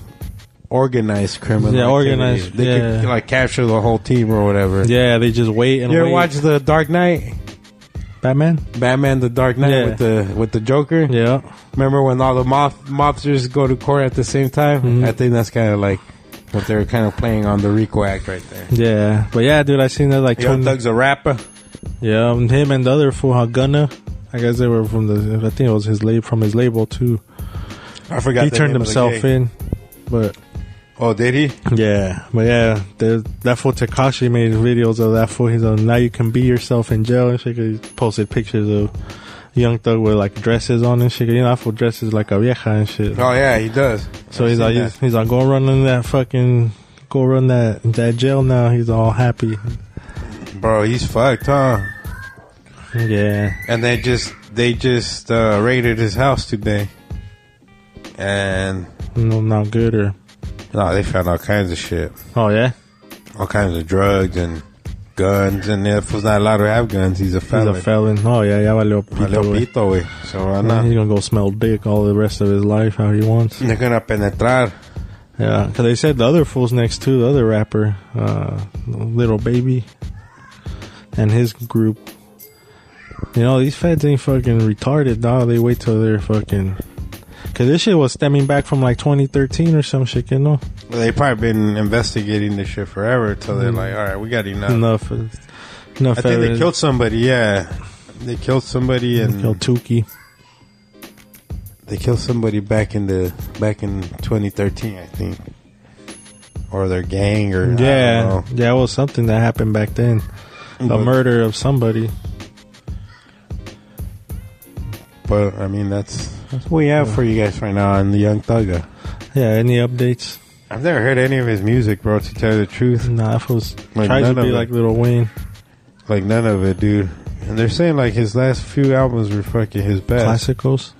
Speaker 1: organized criminal.
Speaker 2: Yeah, organized,
Speaker 1: activity. They could
Speaker 2: yeah.
Speaker 1: like capture the whole team or whatever.
Speaker 2: yeah, they just wait and
Speaker 1: You ever
Speaker 2: wait.
Speaker 1: watch the Dark Knight,
Speaker 2: Batman?
Speaker 1: Batman: The Dark Knight
Speaker 2: Yeah.
Speaker 1: with the with the Joker?
Speaker 2: Yeah.
Speaker 1: Remember when all the mob mobsters go to court at the same time?
Speaker 2: Mm-hmm.
Speaker 1: I think that's kind of like what they're kind of playing on the RICO Act right there.
Speaker 2: Yeah, but yeah, dude, I seen that like
Speaker 1: Young
Speaker 2: 20
Speaker 1: Thug's a rapper.
Speaker 2: Yeah, um, him and the other fool, huh, Gunna. I guess they were from the. I think it was his lab from his label too.
Speaker 1: I forgot
Speaker 2: he
Speaker 1: the
Speaker 2: turned
Speaker 1: name of the
Speaker 2: himself
Speaker 1: gig.
Speaker 2: in, but
Speaker 1: Oh, did he?
Speaker 2: yeah, but yeah, the, that fool Takashi made videos of that fool. He's on now you can be yourself in jail and shit. 'cause He posted pictures of Young Thug with like dresses on and shit. You know, that fool dresses like a vieja and shit.
Speaker 1: Oh yeah, he does.
Speaker 2: so
Speaker 1: I've
Speaker 2: he's
Speaker 1: seen
Speaker 2: like,
Speaker 1: that.
Speaker 2: he's, he's like, go run in that fucking, go run that that jail now. He's all happy.
Speaker 1: bro, he's fucked, huh?
Speaker 2: Yeah,
Speaker 1: and they just they just uh, raided his house today, and
Speaker 2: no, not good or
Speaker 1: no, they found all kinds of shit,
Speaker 2: oh yeah,
Speaker 1: all kinds of drugs and guns, and if was not allowed to have guns, he's a
Speaker 2: he's
Speaker 1: felon.
Speaker 2: a felon. Oh yeah, yeah, valió pito,
Speaker 1: Valió
Speaker 2: güey.
Speaker 1: pito, güey. So uh, why
Speaker 2: Nah,
Speaker 1: not?
Speaker 2: He's gonna go smell dick all the rest of his life how he wants.
Speaker 1: They're gonna penetrar.
Speaker 2: Yeah, because they said the other fool's next too, the other rapper, uh, Little Baby, and his group. You know, these feds ain't fucking retarded, dog. They wait till they're fucking. Because this shit was stemming back from like 2013 or some shit, you know?
Speaker 1: Well, they probably been investigating this shit forever till they're like, all right, we got Mm. enough.
Speaker 2: Enough. Enough
Speaker 1: I think they
Speaker 2: evidence.
Speaker 1: killed somebody. Yeah, they killed somebody and
Speaker 2: Killed Tukey.
Speaker 1: They killed somebody back in the back in 2013, I think, or their gang, or I don't
Speaker 2: Yeah.
Speaker 1: know.
Speaker 2: Yeah, it was something that happened back then. A
Speaker 1: But-
Speaker 2: murder of somebody.
Speaker 1: But I mean, that's that's what we have for you guys right now on the Young Thugger.
Speaker 2: Yeah, any updates?
Speaker 1: I've never heard any of his music, bro. To tell you the truth,
Speaker 2: Nah, that fool's
Speaker 1: Like,
Speaker 2: tries to
Speaker 1: none of
Speaker 2: be
Speaker 1: it.
Speaker 2: like Little Wayne.
Speaker 1: like none of it, dude. And they're saying like his last few albums were fucking his best.
Speaker 2: Classicals.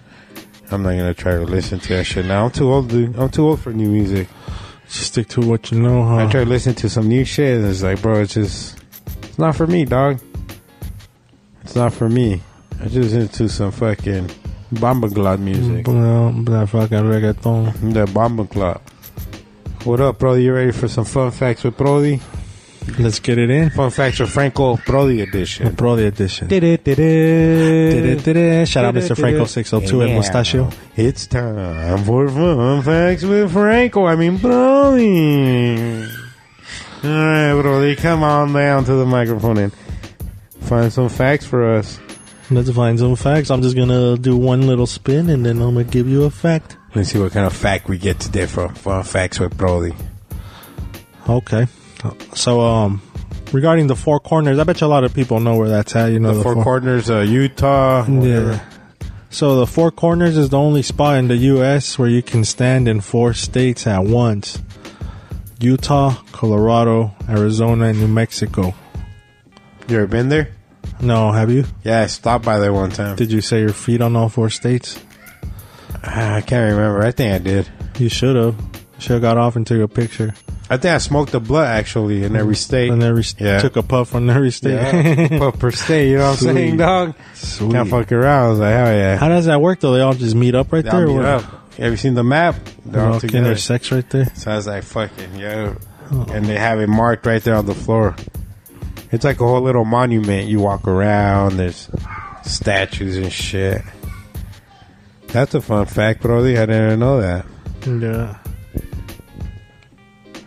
Speaker 1: I'm not gonna try to listen to that shit now. I'm too old, dude. I'm too old for new music.
Speaker 2: Just stick to what you know,
Speaker 1: I
Speaker 2: huh?
Speaker 1: try to listen to some new shit, and it's like, bro, it's just it's not for me, dog. It's not for me. I just into some fucking bomba glad music.
Speaker 2: Well, that fucking reggaeton.
Speaker 1: The bomba glad. What up, brother? You ready for some fun facts with Brody?
Speaker 2: Let's get it in.
Speaker 1: Fun fact: your Franco Prodi edition.
Speaker 2: Pro the edition.
Speaker 1: Did it? Did it?
Speaker 2: Did-it-did-it. Shout out Mr. Franco 602 and Mustachio.
Speaker 1: It's time for fun facts with Franco. I mean Brody. All right, Brody, come on down to the microphone and find some facts for us.
Speaker 2: Let's find some facts. I'm just gonna do one little spin and then I'm gonna give you a fact.
Speaker 1: Let's see what kind of fact we get today from fun facts with Brody.
Speaker 2: Okay. So, um, regarding the four corners, I bet you a lot of people know where that's at. You know,
Speaker 1: The four corners, uh, Utah. whatever.
Speaker 2: Yeah. So the four corners is the only spot in the U.S. where you can stand in four states at once: Utah, Colorado, Arizona, and New Mexico.
Speaker 1: You ever been there?
Speaker 2: No, have you?
Speaker 1: Yeah, I stopped by there one time.
Speaker 2: Did you say your feet on all four states?
Speaker 1: Ah, I can't remember. I think I did.
Speaker 2: You should have. Should have got off and took a picture.
Speaker 1: I think I smoked the blunt actually in every state.
Speaker 2: And every
Speaker 1: Yeah.
Speaker 2: took a puff on every state. (laughs)
Speaker 1: yeah. But per state, (laughs) you know what I'm
Speaker 2: Sweet.
Speaker 1: saying, dog?
Speaker 2: Sweet.
Speaker 1: Can't fuck around. I was like, hell yeah.
Speaker 2: How does that work though? They all just meet up right
Speaker 1: I'll
Speaker 2: there.
Speaker 1: meet
Speaker 2: or-
Speaker 1: up. Have you seen the map?
Speaker 2: They
Speaker 1: They're
Speaker 2: all
Speaker 1: all
Speaker 2: get their
Speaker 1: together.
Speaker 2: sex right there.
Speaker 1: So I was like, fucking, yo. And they have it marked right there on the floor. It's like a whole little monument. You walk around, there's statues and shit. That's a fun fact, Brody. I didn't know that.
Speaker 2: Yeah.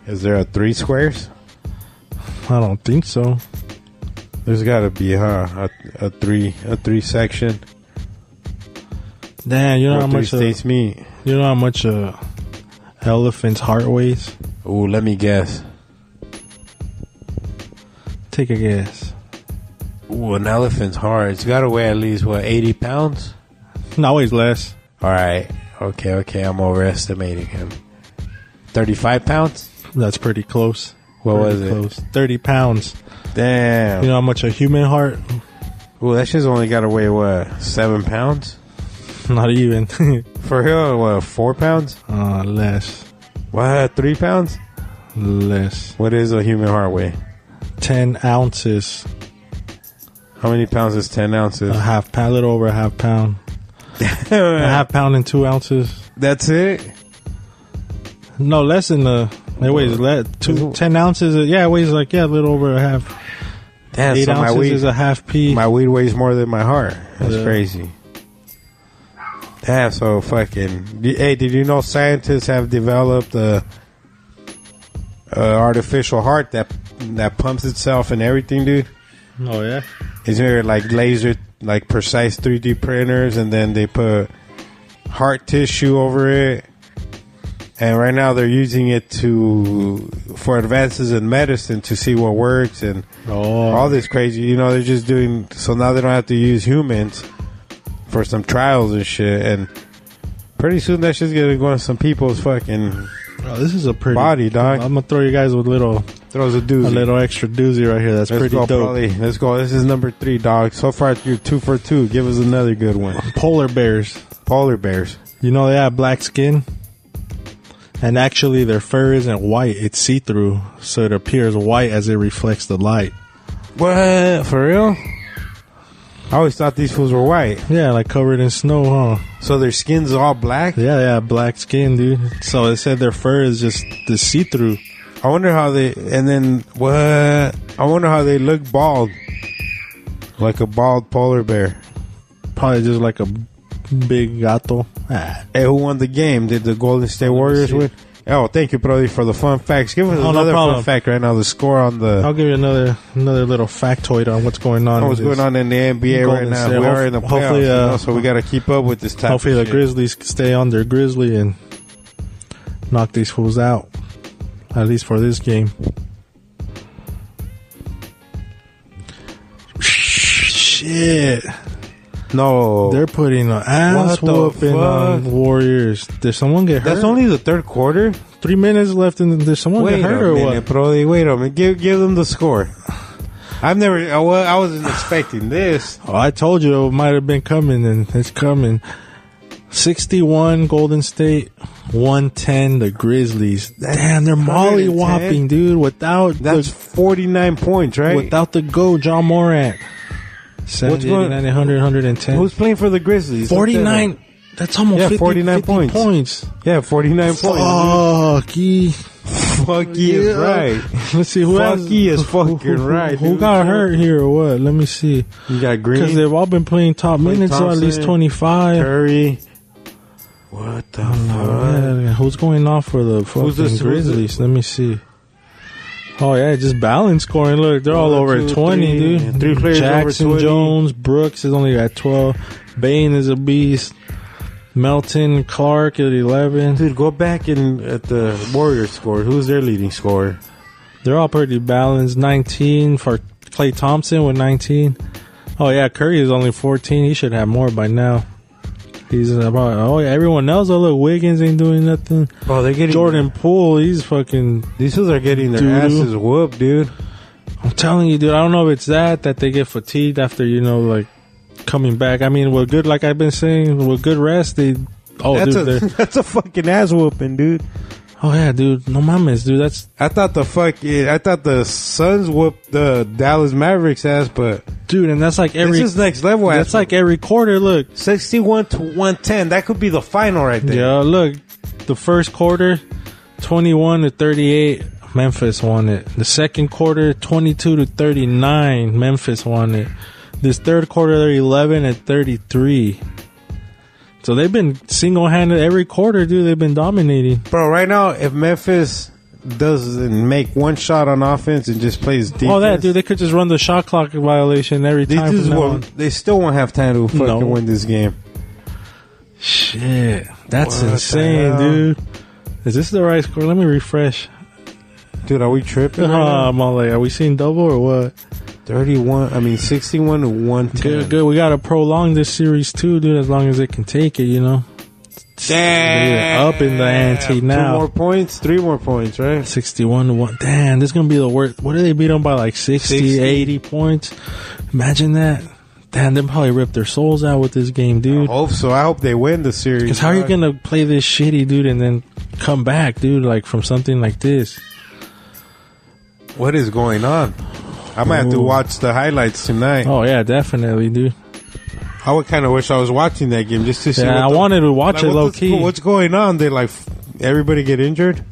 Speaker 1: Is there a three squares?
Speaker 2: I don't think so.
Speaker 1: There's got to be, huh? A, a three, a three section.
Speaker 2: Damn, you know
Speaker 1: Where
Speaker 2: how
Speaker 1: three
Speaker 2: much uh, a,
Speaker 1: states meet.
Speaker 2: you know how much a elephant's heart weighs?
Speaker 1: Ooh, let me guess.
Speaker 2: Take a guess.
Speaker 1: Ooh, an elephant's hard. It's got to weigh at least what eighty pounds.
Speaker 2: No, weighs less.
Speaker 1: All right. Okay. Okay. I'm overestimating him. Thirty-five pounds.
Speaker 2: That's pretty close.
Speaker 1: What
Speaker 2: Pretty
Speaker 1: was it?
Speaker 2: Close. Thirty pounds.
Speaker 1: Damn.
Speaker 2: You know how much a human heart? (laughs)
Speaker 1: Ooh, that shit's only got to weigh what seven pounds.
Speaker 2: Not even. (laughs)
Speaker 1: For real, what four pounds?
Speaker 2: uh, less.
Speaker 1: What three pounds?
Speaker 2: Less.
Speaker 1: What is a human heart weigh?
Speaker 2: Ten ounces.
Speaker 1: How many pounds is ten ounces?
Speaker 2: A half pound. A little over a half pound. A Uh, (laughs) half pound and two ounces.
Speaker 1: That's it.
Speaker 2: No, less than the. It weighs le- two, 10 ounces. uh, Yeah, it weighs like, yeah, a little over a half.
Speaker 1: Damn,
Speaker 2: Eight
Speaker 1: so my
Speaker 2: ounces
Speaker 1: weed,
Speaker 2: is a half pea.
Speaker 1: my weed weighs more than my heart. That's
Speaker 2: Yeah.
Speaker 1: crazy. Damn, so fucking. Hey, did you know scientists have developed a, a artificial heart that that pumps itself and everything, dude?
Speaker 2: oh, yeah?
Speaker 1: Is there like laser, like precise 3D printers, and then they put heart tissue over it? And right now they're using it to for advances in medicine to see what works and
Speaker 2: Oh.
Speaker 1: all this crazy. You know, they're just doing so now they don't have to use humans for some trials and shit. And pretty soon that shit's gonna go on some people's fucking
Speaker 2: Oh, this is a pretty.
Speaker 1: body,
Speaker 2: I'm
Speaker 1: dog.
Speaker 2: going to throw you guys with little,
Speaker 1: Throws a doozy.
Speaker 2: a little extra doozy right here. That's
Speaker 1: Let's
Speaker 2: pretty
Speaker 1: go,
Speaker 2: dope.
Speaker 1: Paulie. Let's go. This is number three, dog. So far, you're two for two. Give us another good one.
Speaker 2: Polar bears.
Speaker 1: Polar bears.
Speaker 2: You know, they have black skin. And actually, their fur isn't white, it's see through. So it appears white as it reflects the light.
Speaker 1: What? For real? I always thought these fools were white.
Speaker 2: Yeah, like covered in snow, huh?
Speaker 1: So their skin's all black?
Speaker 2: Yeah, they have black skin, dude. So it said their fur is just the see through.
Speaker 1: I wonder how they. And then, what? I wonder how they look bald. Like a bald polar bear.
Speaker 2: Probably just like a big gato. Ah.
Speaker 1: Hey, who won the game? Did the Golden State Warriors
Speaker 2: see.
Speaker 1: win? Oh, thank you, Brody, for the fun facts. Give us
Speaker 2: Oh, no
Speaker 1: another fun
Speaker 2: problem.
Speaker 1: fact right now. The score on the.
Speaker 2: I'll give you another another little factoid on what's going on.
Speaker 1: know what's
Speaker 2: with this.
Speaker 1: going on in the NBA right
Speaker 2: Golden
Speaker 1: now.
Speaker 2: State.
Speaker 1: We are in the playoffs,
Speaker 2: Hopefully- hopefully,
Speaker 1: you
Speaker 2: uh,
Speaker 1: know, so we got to keep up with this type.
Speaker 2: Hopefully
Speaker 1: of
Speaker 2: the
Speaker 1: shit.
Speaker 2: Grizzlies stay on their Grizzly and knock these fools out. At least for this game. Shit.
Speaker 1: No,
Speaker 2: They're putting an ass
Speaker 1: What the
Speaker 2: whooping on
Speaker 1: fuck?
Speaker 2: Warriors. Did someone get hurt?
Speaker 1: that's only the third quarter.
Speaker 2: three minutes left and did someone
Speaker 1: Wait
Speaker 2: get
Speaker 1: a
Speaker 2: hurt or
Speaker 1: minute,
Speaker 2: what?
Speaker 1: Brody. Wait a minute. Give give them the score. I've never. I wa- I wasn't expecting this.
Speaker 2: Oh, I told you it might have been coming and it's coming. 61 Golden State, 110 the Grizzlies. Damn, they're
Speaker 1: 110?
Speaker 2: molly whopping, dude, without
Speaker 1: That's
Speaker 2: the,
Speaker 1: forty nine points, right?
Speaker 2: without the go, John Morant. 70,
Speaker 1: going-
Speaker 2: 89, 100, 110.
Speaker 1: Who's playing for the Grizzlies?
Speaker 2: 49? That's almost
Speaker 1: Yeah,
Speaker 2: 50,
Speaker 1: 49
Speaker 2: 50
Speaker 1: points.
Speaker 2: points.
Speaker 1: Yeah, forty nine points.
Speaker 2: Fuck, ye-
Speaker 1: Funky is
Speaker 2: Yeah.
Speaker 1: right.
Speaker 2: Let's see who else-
Speaker 1: Funky is fucking
Speaker 2: who- who-
Speaker 1: right,
Speaker 2: Who
Speaker 1: dude.
Speaker 2: got hurt here or what? Let me see.
Speaker 1: You got
Speaker 2: Because
Speaker 1: Green,
Speaker 2: they've all been playing top
Speaker 1: Clay
Speaker 2: minutes, so at least
Speaker 1: Thompson,
Speaker 2: twenty five.
Speaker 1: Curry. What the fuck?
Speaker 2: Who's going off for the fucking
Speaker 1: Who's this- who's
Speaker 2: Grizzlies? Let me see. Oh yeah, just balance scoring. Look, they're all
Speaker 1: One,
Speaker 2: over
Speaker 1: two,
Speaker 2: twenty,
Speaker 1: three.
Speaker 2: dude.
Speaker 1: Three players over
Speaker 2: Jackson
Speaker 1: 20.
Speaker 2: Jones, Brooks is only at twelve. Bain is a beast. Melton Clark at eleven.
Speaker 1: Dude, go back and at the Warriors score. Who's their leading scorer?
Speaker 2: They're all pretty balanced. 19 for Clay Thompson with 19. Oh yeah, Curry is only 14. He should have more by now. He's about. Oh yeah, everyone else. Oh look, Wiggins ain't doing nothing.
Speaker 1: Oh, they're getting
Speaker 2: Jordan Poole, he's fucking.
Speaker 1: These dudes are getting their
Speaker 2: Doo-doo.
Speaker 1: asses whooped, dude.
Speaker 2: I'm telling you, dude. I don't know if it's that that they get fatigued after you know like coming back. I mean, with good, like I've been saying, with good rest, they. Oh,
Speaker 1: that's
Speaker 2: dude.
Speaker 1: a
Speaker 2: they're-
Speaker 1: (laughs) that's a fucking ass whooping, dude.
Speaker 2: Oh yeah, dude. No mames, dude. That's
Speaker 1: I thought the fuck I thought the Suns whooped the Dallas Mavericks ass, but
Speaker 2: dude, and that's like every.
Speaker 1: this is next level.
Speaker 2: That's like every quarter. Look,
Speaker 1: sixty-one to one ten. That could be the final right there.
Speaker 2: Yeah, look, the first quarter, 21 to 38, Memphis won it. The second quarter, 22 to 39, Memphis won it. This third quarter, they're 11 and 33. So they've been single handed every quarter, dude. They've been dominating.
Speaker 1: Bro, right now, if Memphis doesn't make one shot on offense and just plays defense,
Speaker 2: All that, Oh, dude. They could just run the shot clock violation every
Speaker 1: they,
Speaker 2: time.
Speaker 1: just
Speaker 2: from now
Speaker 1: won't,
Speaker 2: on.
Speaker 1: they still won't have time to fucking
Speaker 2: No.
Speaker 1: win this game.
Speaker 2: Shit. That's
Speaker 1: What the
Speaker 2: insane,
Speaker 1: hell?
Speaker 2: dude. Is this the right score? Let me refresh.
Speaker 1: Dude, are we tripping? right
Speaker 2: Uh, (laughs)
Speaker 1: now?
Speaker 2: I'm all like, are we seeing double or what?
Speaker 1: 31, I mean, 61 to 110.
Speaker 2: Good, good. We gotta prolong this series too, dude. As long as they can take it, you know.
Speaker 1: Damn.
Speaker 2: They're up in the ante
Speaker 1: Two more
Speaker 2: now.
Speaker 1: points, three more points, right?
Speaker 2: Sixty-one to one. Damn, this is gonna be the worst. What did they beat them by? Like 60,
Speaker 1: 60.
Speaker 2: 80 points. Imagine that. Damn, they probably ripped their souls out with this game,
Speaker 1: I
Speaker 2: dude.
Speaker 1: hope so. I hope they win the series.
Speaker 2: Because how are you
Speaker 1: dog.
Speaker 2: gonna play this shitty, dude, and then come back, dude? Like from something like this.
Speaker 1: What is going on? I might have to
Speaker 2: Ooh.
Speaker 1: watch the highlights tonight.
Speaker 2: Oh yeah, definitely, dude.
Speaker 1: I would kind of wish I was watching that game just to see.
Speaker 2: Yeah, I
Speaker 1: what the-
Speaker 2: wanted to watch
Speaker 1: like,
Speaker 2: it
Speaker 1: what
Speaker 2: low
Speaker 1: the-
Speaker 2: key.
Speaker 1: What's going on? They like f- everybody get injured.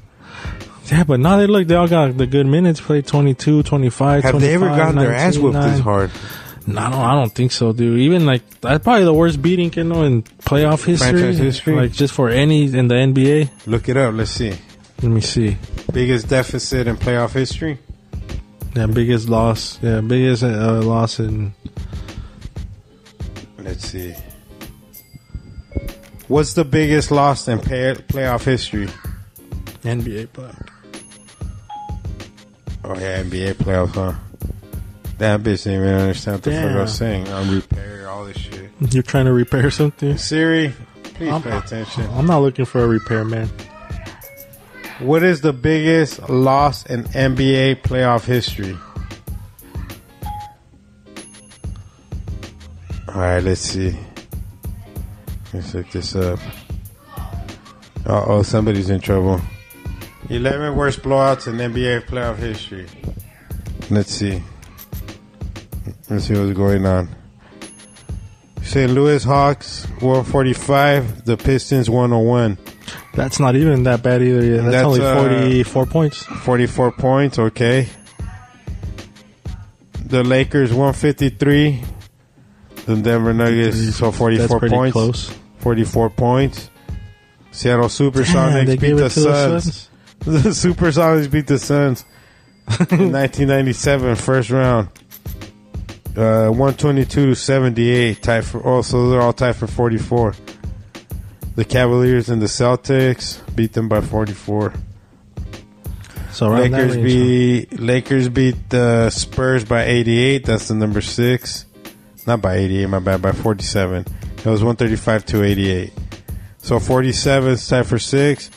Speaker 2: Yeah, but now they look, they all got the good minutes played 22, 25,
Speaker 1: Have they ever
Speaker 2: 25,
Speaker 1: gotten their ass
Speaker 2: 19,
Speaker 1: whooped
Speaker 2: nine.
Speaker 1: this hard?
Speaker 2: No, I don't, I don't think so, dude. Even like that's probably the worst beating you know in playoff history.
Speaker 1: Franchise history?
Speaker 2: Like just for any in the NBA.
Speaker 1: Look it up. Let's see.
Speaker 2: Let me see.
Speaker 1: Biggest deficit in playoff history.
Speaker 2: Yeah, biggest loss. Yeah, biggest uh, loss in.
Speaker 1: Let's see. What's the biggest loss in pay- playoff history?
Speaker 2: NBA playoff.
Speaker 1: Oh yeah, NBA playoffs, huh? That bitch didn't even understand what the fuck I was saying. I'm repair all this shit.
Speaker 2: You're trying to repair (laughs) something.
Speaker 1: Siri, please
Speaker 2: I'm-
Speaker 1: pay attention.
Speaker 2: I'm not looking for a repair, man.
Speaker 1: What is the biggest loss in NBA playoff history? All right, let's see. Let's look this up. Uh oh, somebody's in trouble. 11 worst blowouts in NBA playoff history. Let's see. Let's see what's going on. St. Louis Hawks 145, the Pistons 101.
Speaker 2: That's not even that bad either. Yeah, that's,
Speaker 1: That's,
Speaker 2: only
Speaker 1: uh,
Speaker 2: 44 points.
Speaker 1: 44 points, okay. The Lakers 153. The Denver Nuggets so 44
Speaker 2: that's pretty
Speaker 1: points.
Speaker 2: close.
Speaker 1: 44 points. Seattle
Speaker 2: Damn,
Speaker 1: Supersonics
Speaker 2: (laughs) they
Speaker 1: beat
Speaker 2: gave
Speaker 1: the
Speaker 2: it to the
Speaker 1: Suns.
Speaker 2: Suns.
Speaker 1: (laughs) The Supersonics beat the Suns
Speaker 2: (laughs)
Speaker 1: in 1997 first round. Uh, 122 to 78 tied for oh so they're all tied for 44. The Cavaliers and the Celtics beat them by 44.
Speaker 2: So around that
Speaker 1: Lakers
Speaker 2: range,
Speaker 1: beat Lakers beat the Spurs by 88. That's the number six. Not by 88, my bad. By 47. It was 135 to 88. So 47 is tied for six.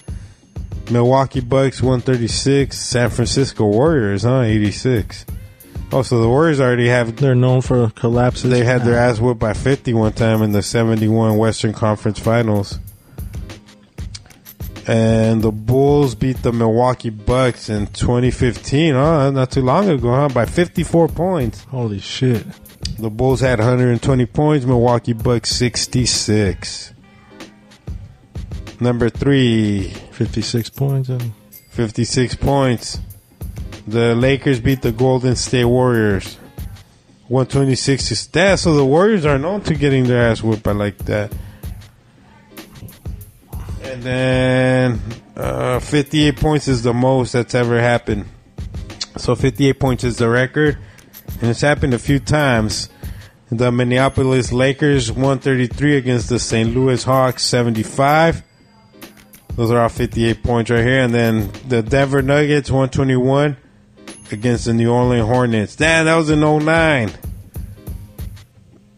Speaker 1: Milwaukee Bucks 136. San Francisco Warriors, huh? 86. Oh, so the Warriors already have.
Speaker 2: They're known for collapses.
Speaker 1: They had their ass whooped by 50 one time in the 71 Western Conference Finals. And the Bulls beat the Milwaukee Bucks in 2015, huh? Not too long ago, huh? By 54 points.
Speaker 2: Holy shit.
Speaker 1: The Bulls had 120 points, Milwaukee Bucks 66. Number three,
Speaker 2: 56 points. And
Speaker 1: 56 points. The Lakers beat the Golden State Warriors. 126 to stats. So the Warriors are known to getting their ass whooped by like that. And then uh, 58 points is the most that's ever happened. So 58 points is the record. And it's happened a few times. The Minneapolis Lakers 133 against the St. Louis Hawks 75. Those are all 58 points right here. And then the Denver Nuggets 121 against the New Orleans Hornets. Damn, that was in 09.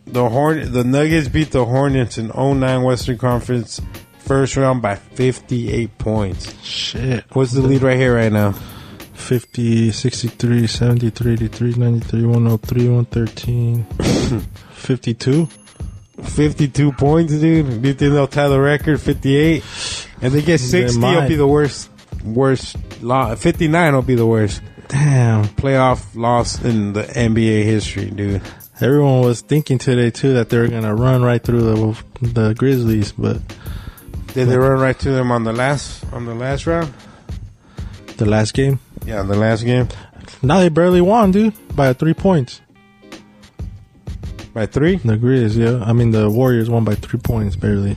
Speaker 1: The Horn the Nuggets beat the Hornets in 09 Western Conference first round by 58 points.
Speaker 2: Shit.
Speaker 1: What's the lead right here right now?
Speaker 2: 50, 63, 73, 83, 93, 103, 113, 52.
Speaker 1: 52 points, dude. Do you think they'll tie the record 58? And they get 60 will
Speaker 2: might.
Speaker 1: be the worst worst lo- 59 will be the worst
Speaker 2: Damn.
Speaker 1: playoff loss in the NBA history, dude.
Speaker 2: Everyone was thinking today, too, that they were going to run right through the, the Grizzlies, but
Speaker 1: Did they run right to them on the last on the last round?
Speaker 2: the last game,
Speaker 1: Yeah, on the last game
Speaker 2: now they barely won, dude, by three points.
Speaker 1: by 3.
Speaker 2: The Grizz, yeah. I mean, the Warriors won by three points, barely.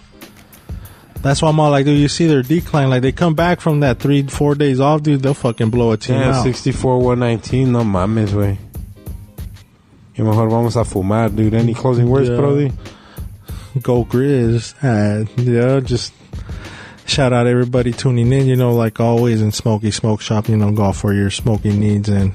Speaker 2: That's why I'm all like, dude, you see their decline. Like, they come back from that three, four days off, dude, they'll fucking blow a team
Speaker 1: Damn,
Speaker 2: out.
Speaker 1: 64 119. No mames, güey. Y mejor vamos a fumar, dude. Any closing words,
Speaker 2: Yeah.
Speaker 1: Brody?
Speaker 2: Go Grizz. And, yeah, just shout out everybody tuning in, you know, like always in Smoky Smoke Shop, you know, go for your smoking needs. And,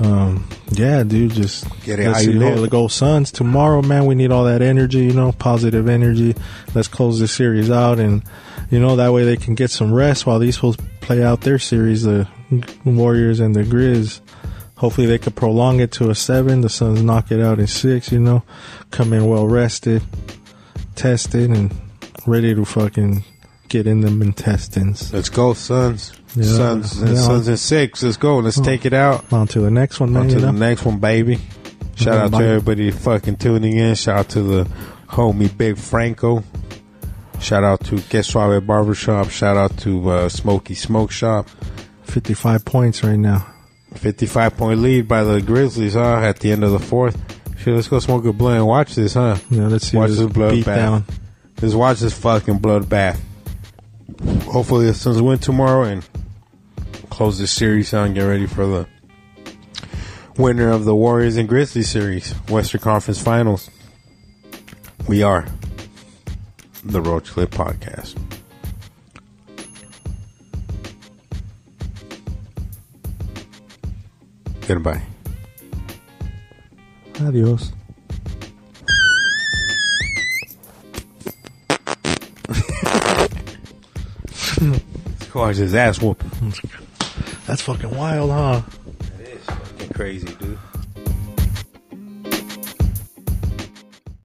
Speaker 2: um, yeah, dude, just
Speaker 1: Get it
Speaker 2: let's
Speaker 1: how you
Speaker 2: see,
Speaker 1: live.
Speaker 2: go, go Suns tomorrow, man. We need all that energy, you know, positive energy. Let's close this series out. And, you know, that way they can get some rest while these fools play out their series, the Warriors and the Grizz. Hopefully they could prolong it to a seven. The Suns knock it out in six, you know. Come in well rested, tested, and ready to fucking get in them intestines.
Speaker 1: Let's go, Suns.
Speaker 2: Yeah.
Speaker 1: Suns.
Speaker 2: Yeah. Oh.
Speaker 1: Suns and six. Let's go. Let's take it out.
Speaker 2: On to the next one, man.
Speaker 1: On to
Speaker 2: you
Speaker 1: the
Speaker 2: know?
Speaker 1: next one, baby. Shout out to
Speaker 2: Bye.
Speaker 1: everybody fucking tuning in. Shout out to the homie Big Franco. Shout out to Que Suave Barbershop. Shout out to uh, Smoky Smoke Shop.
Speaker 2: 55 points right now.
Speaker 1: 55 point lead by the Grizzlies, huh? At the end of the fourth. Shit, let's go smoke a blunt and watch this, huh?
Speaker 2: Yeah, let's see
Speaker 1: Watch
Speaker 2: this
Speaker 1: this bloodbath.
Speaker 2: beat down.
Speaker 1: Just watch this fucking bloodbath. Hopefully the Suns win tomorrow and close this series out and get ready for the winner of the Warriors and Grizzlies series, Western Conference Finals. We are the Road Clip Podcast. Goodbye.
Speaker 2: Adios.
Speaker 1: Watch his ass whooping.
Speaker 2: That's fucking wild, huh?
Speaker 1: It's fucking crazy, dude.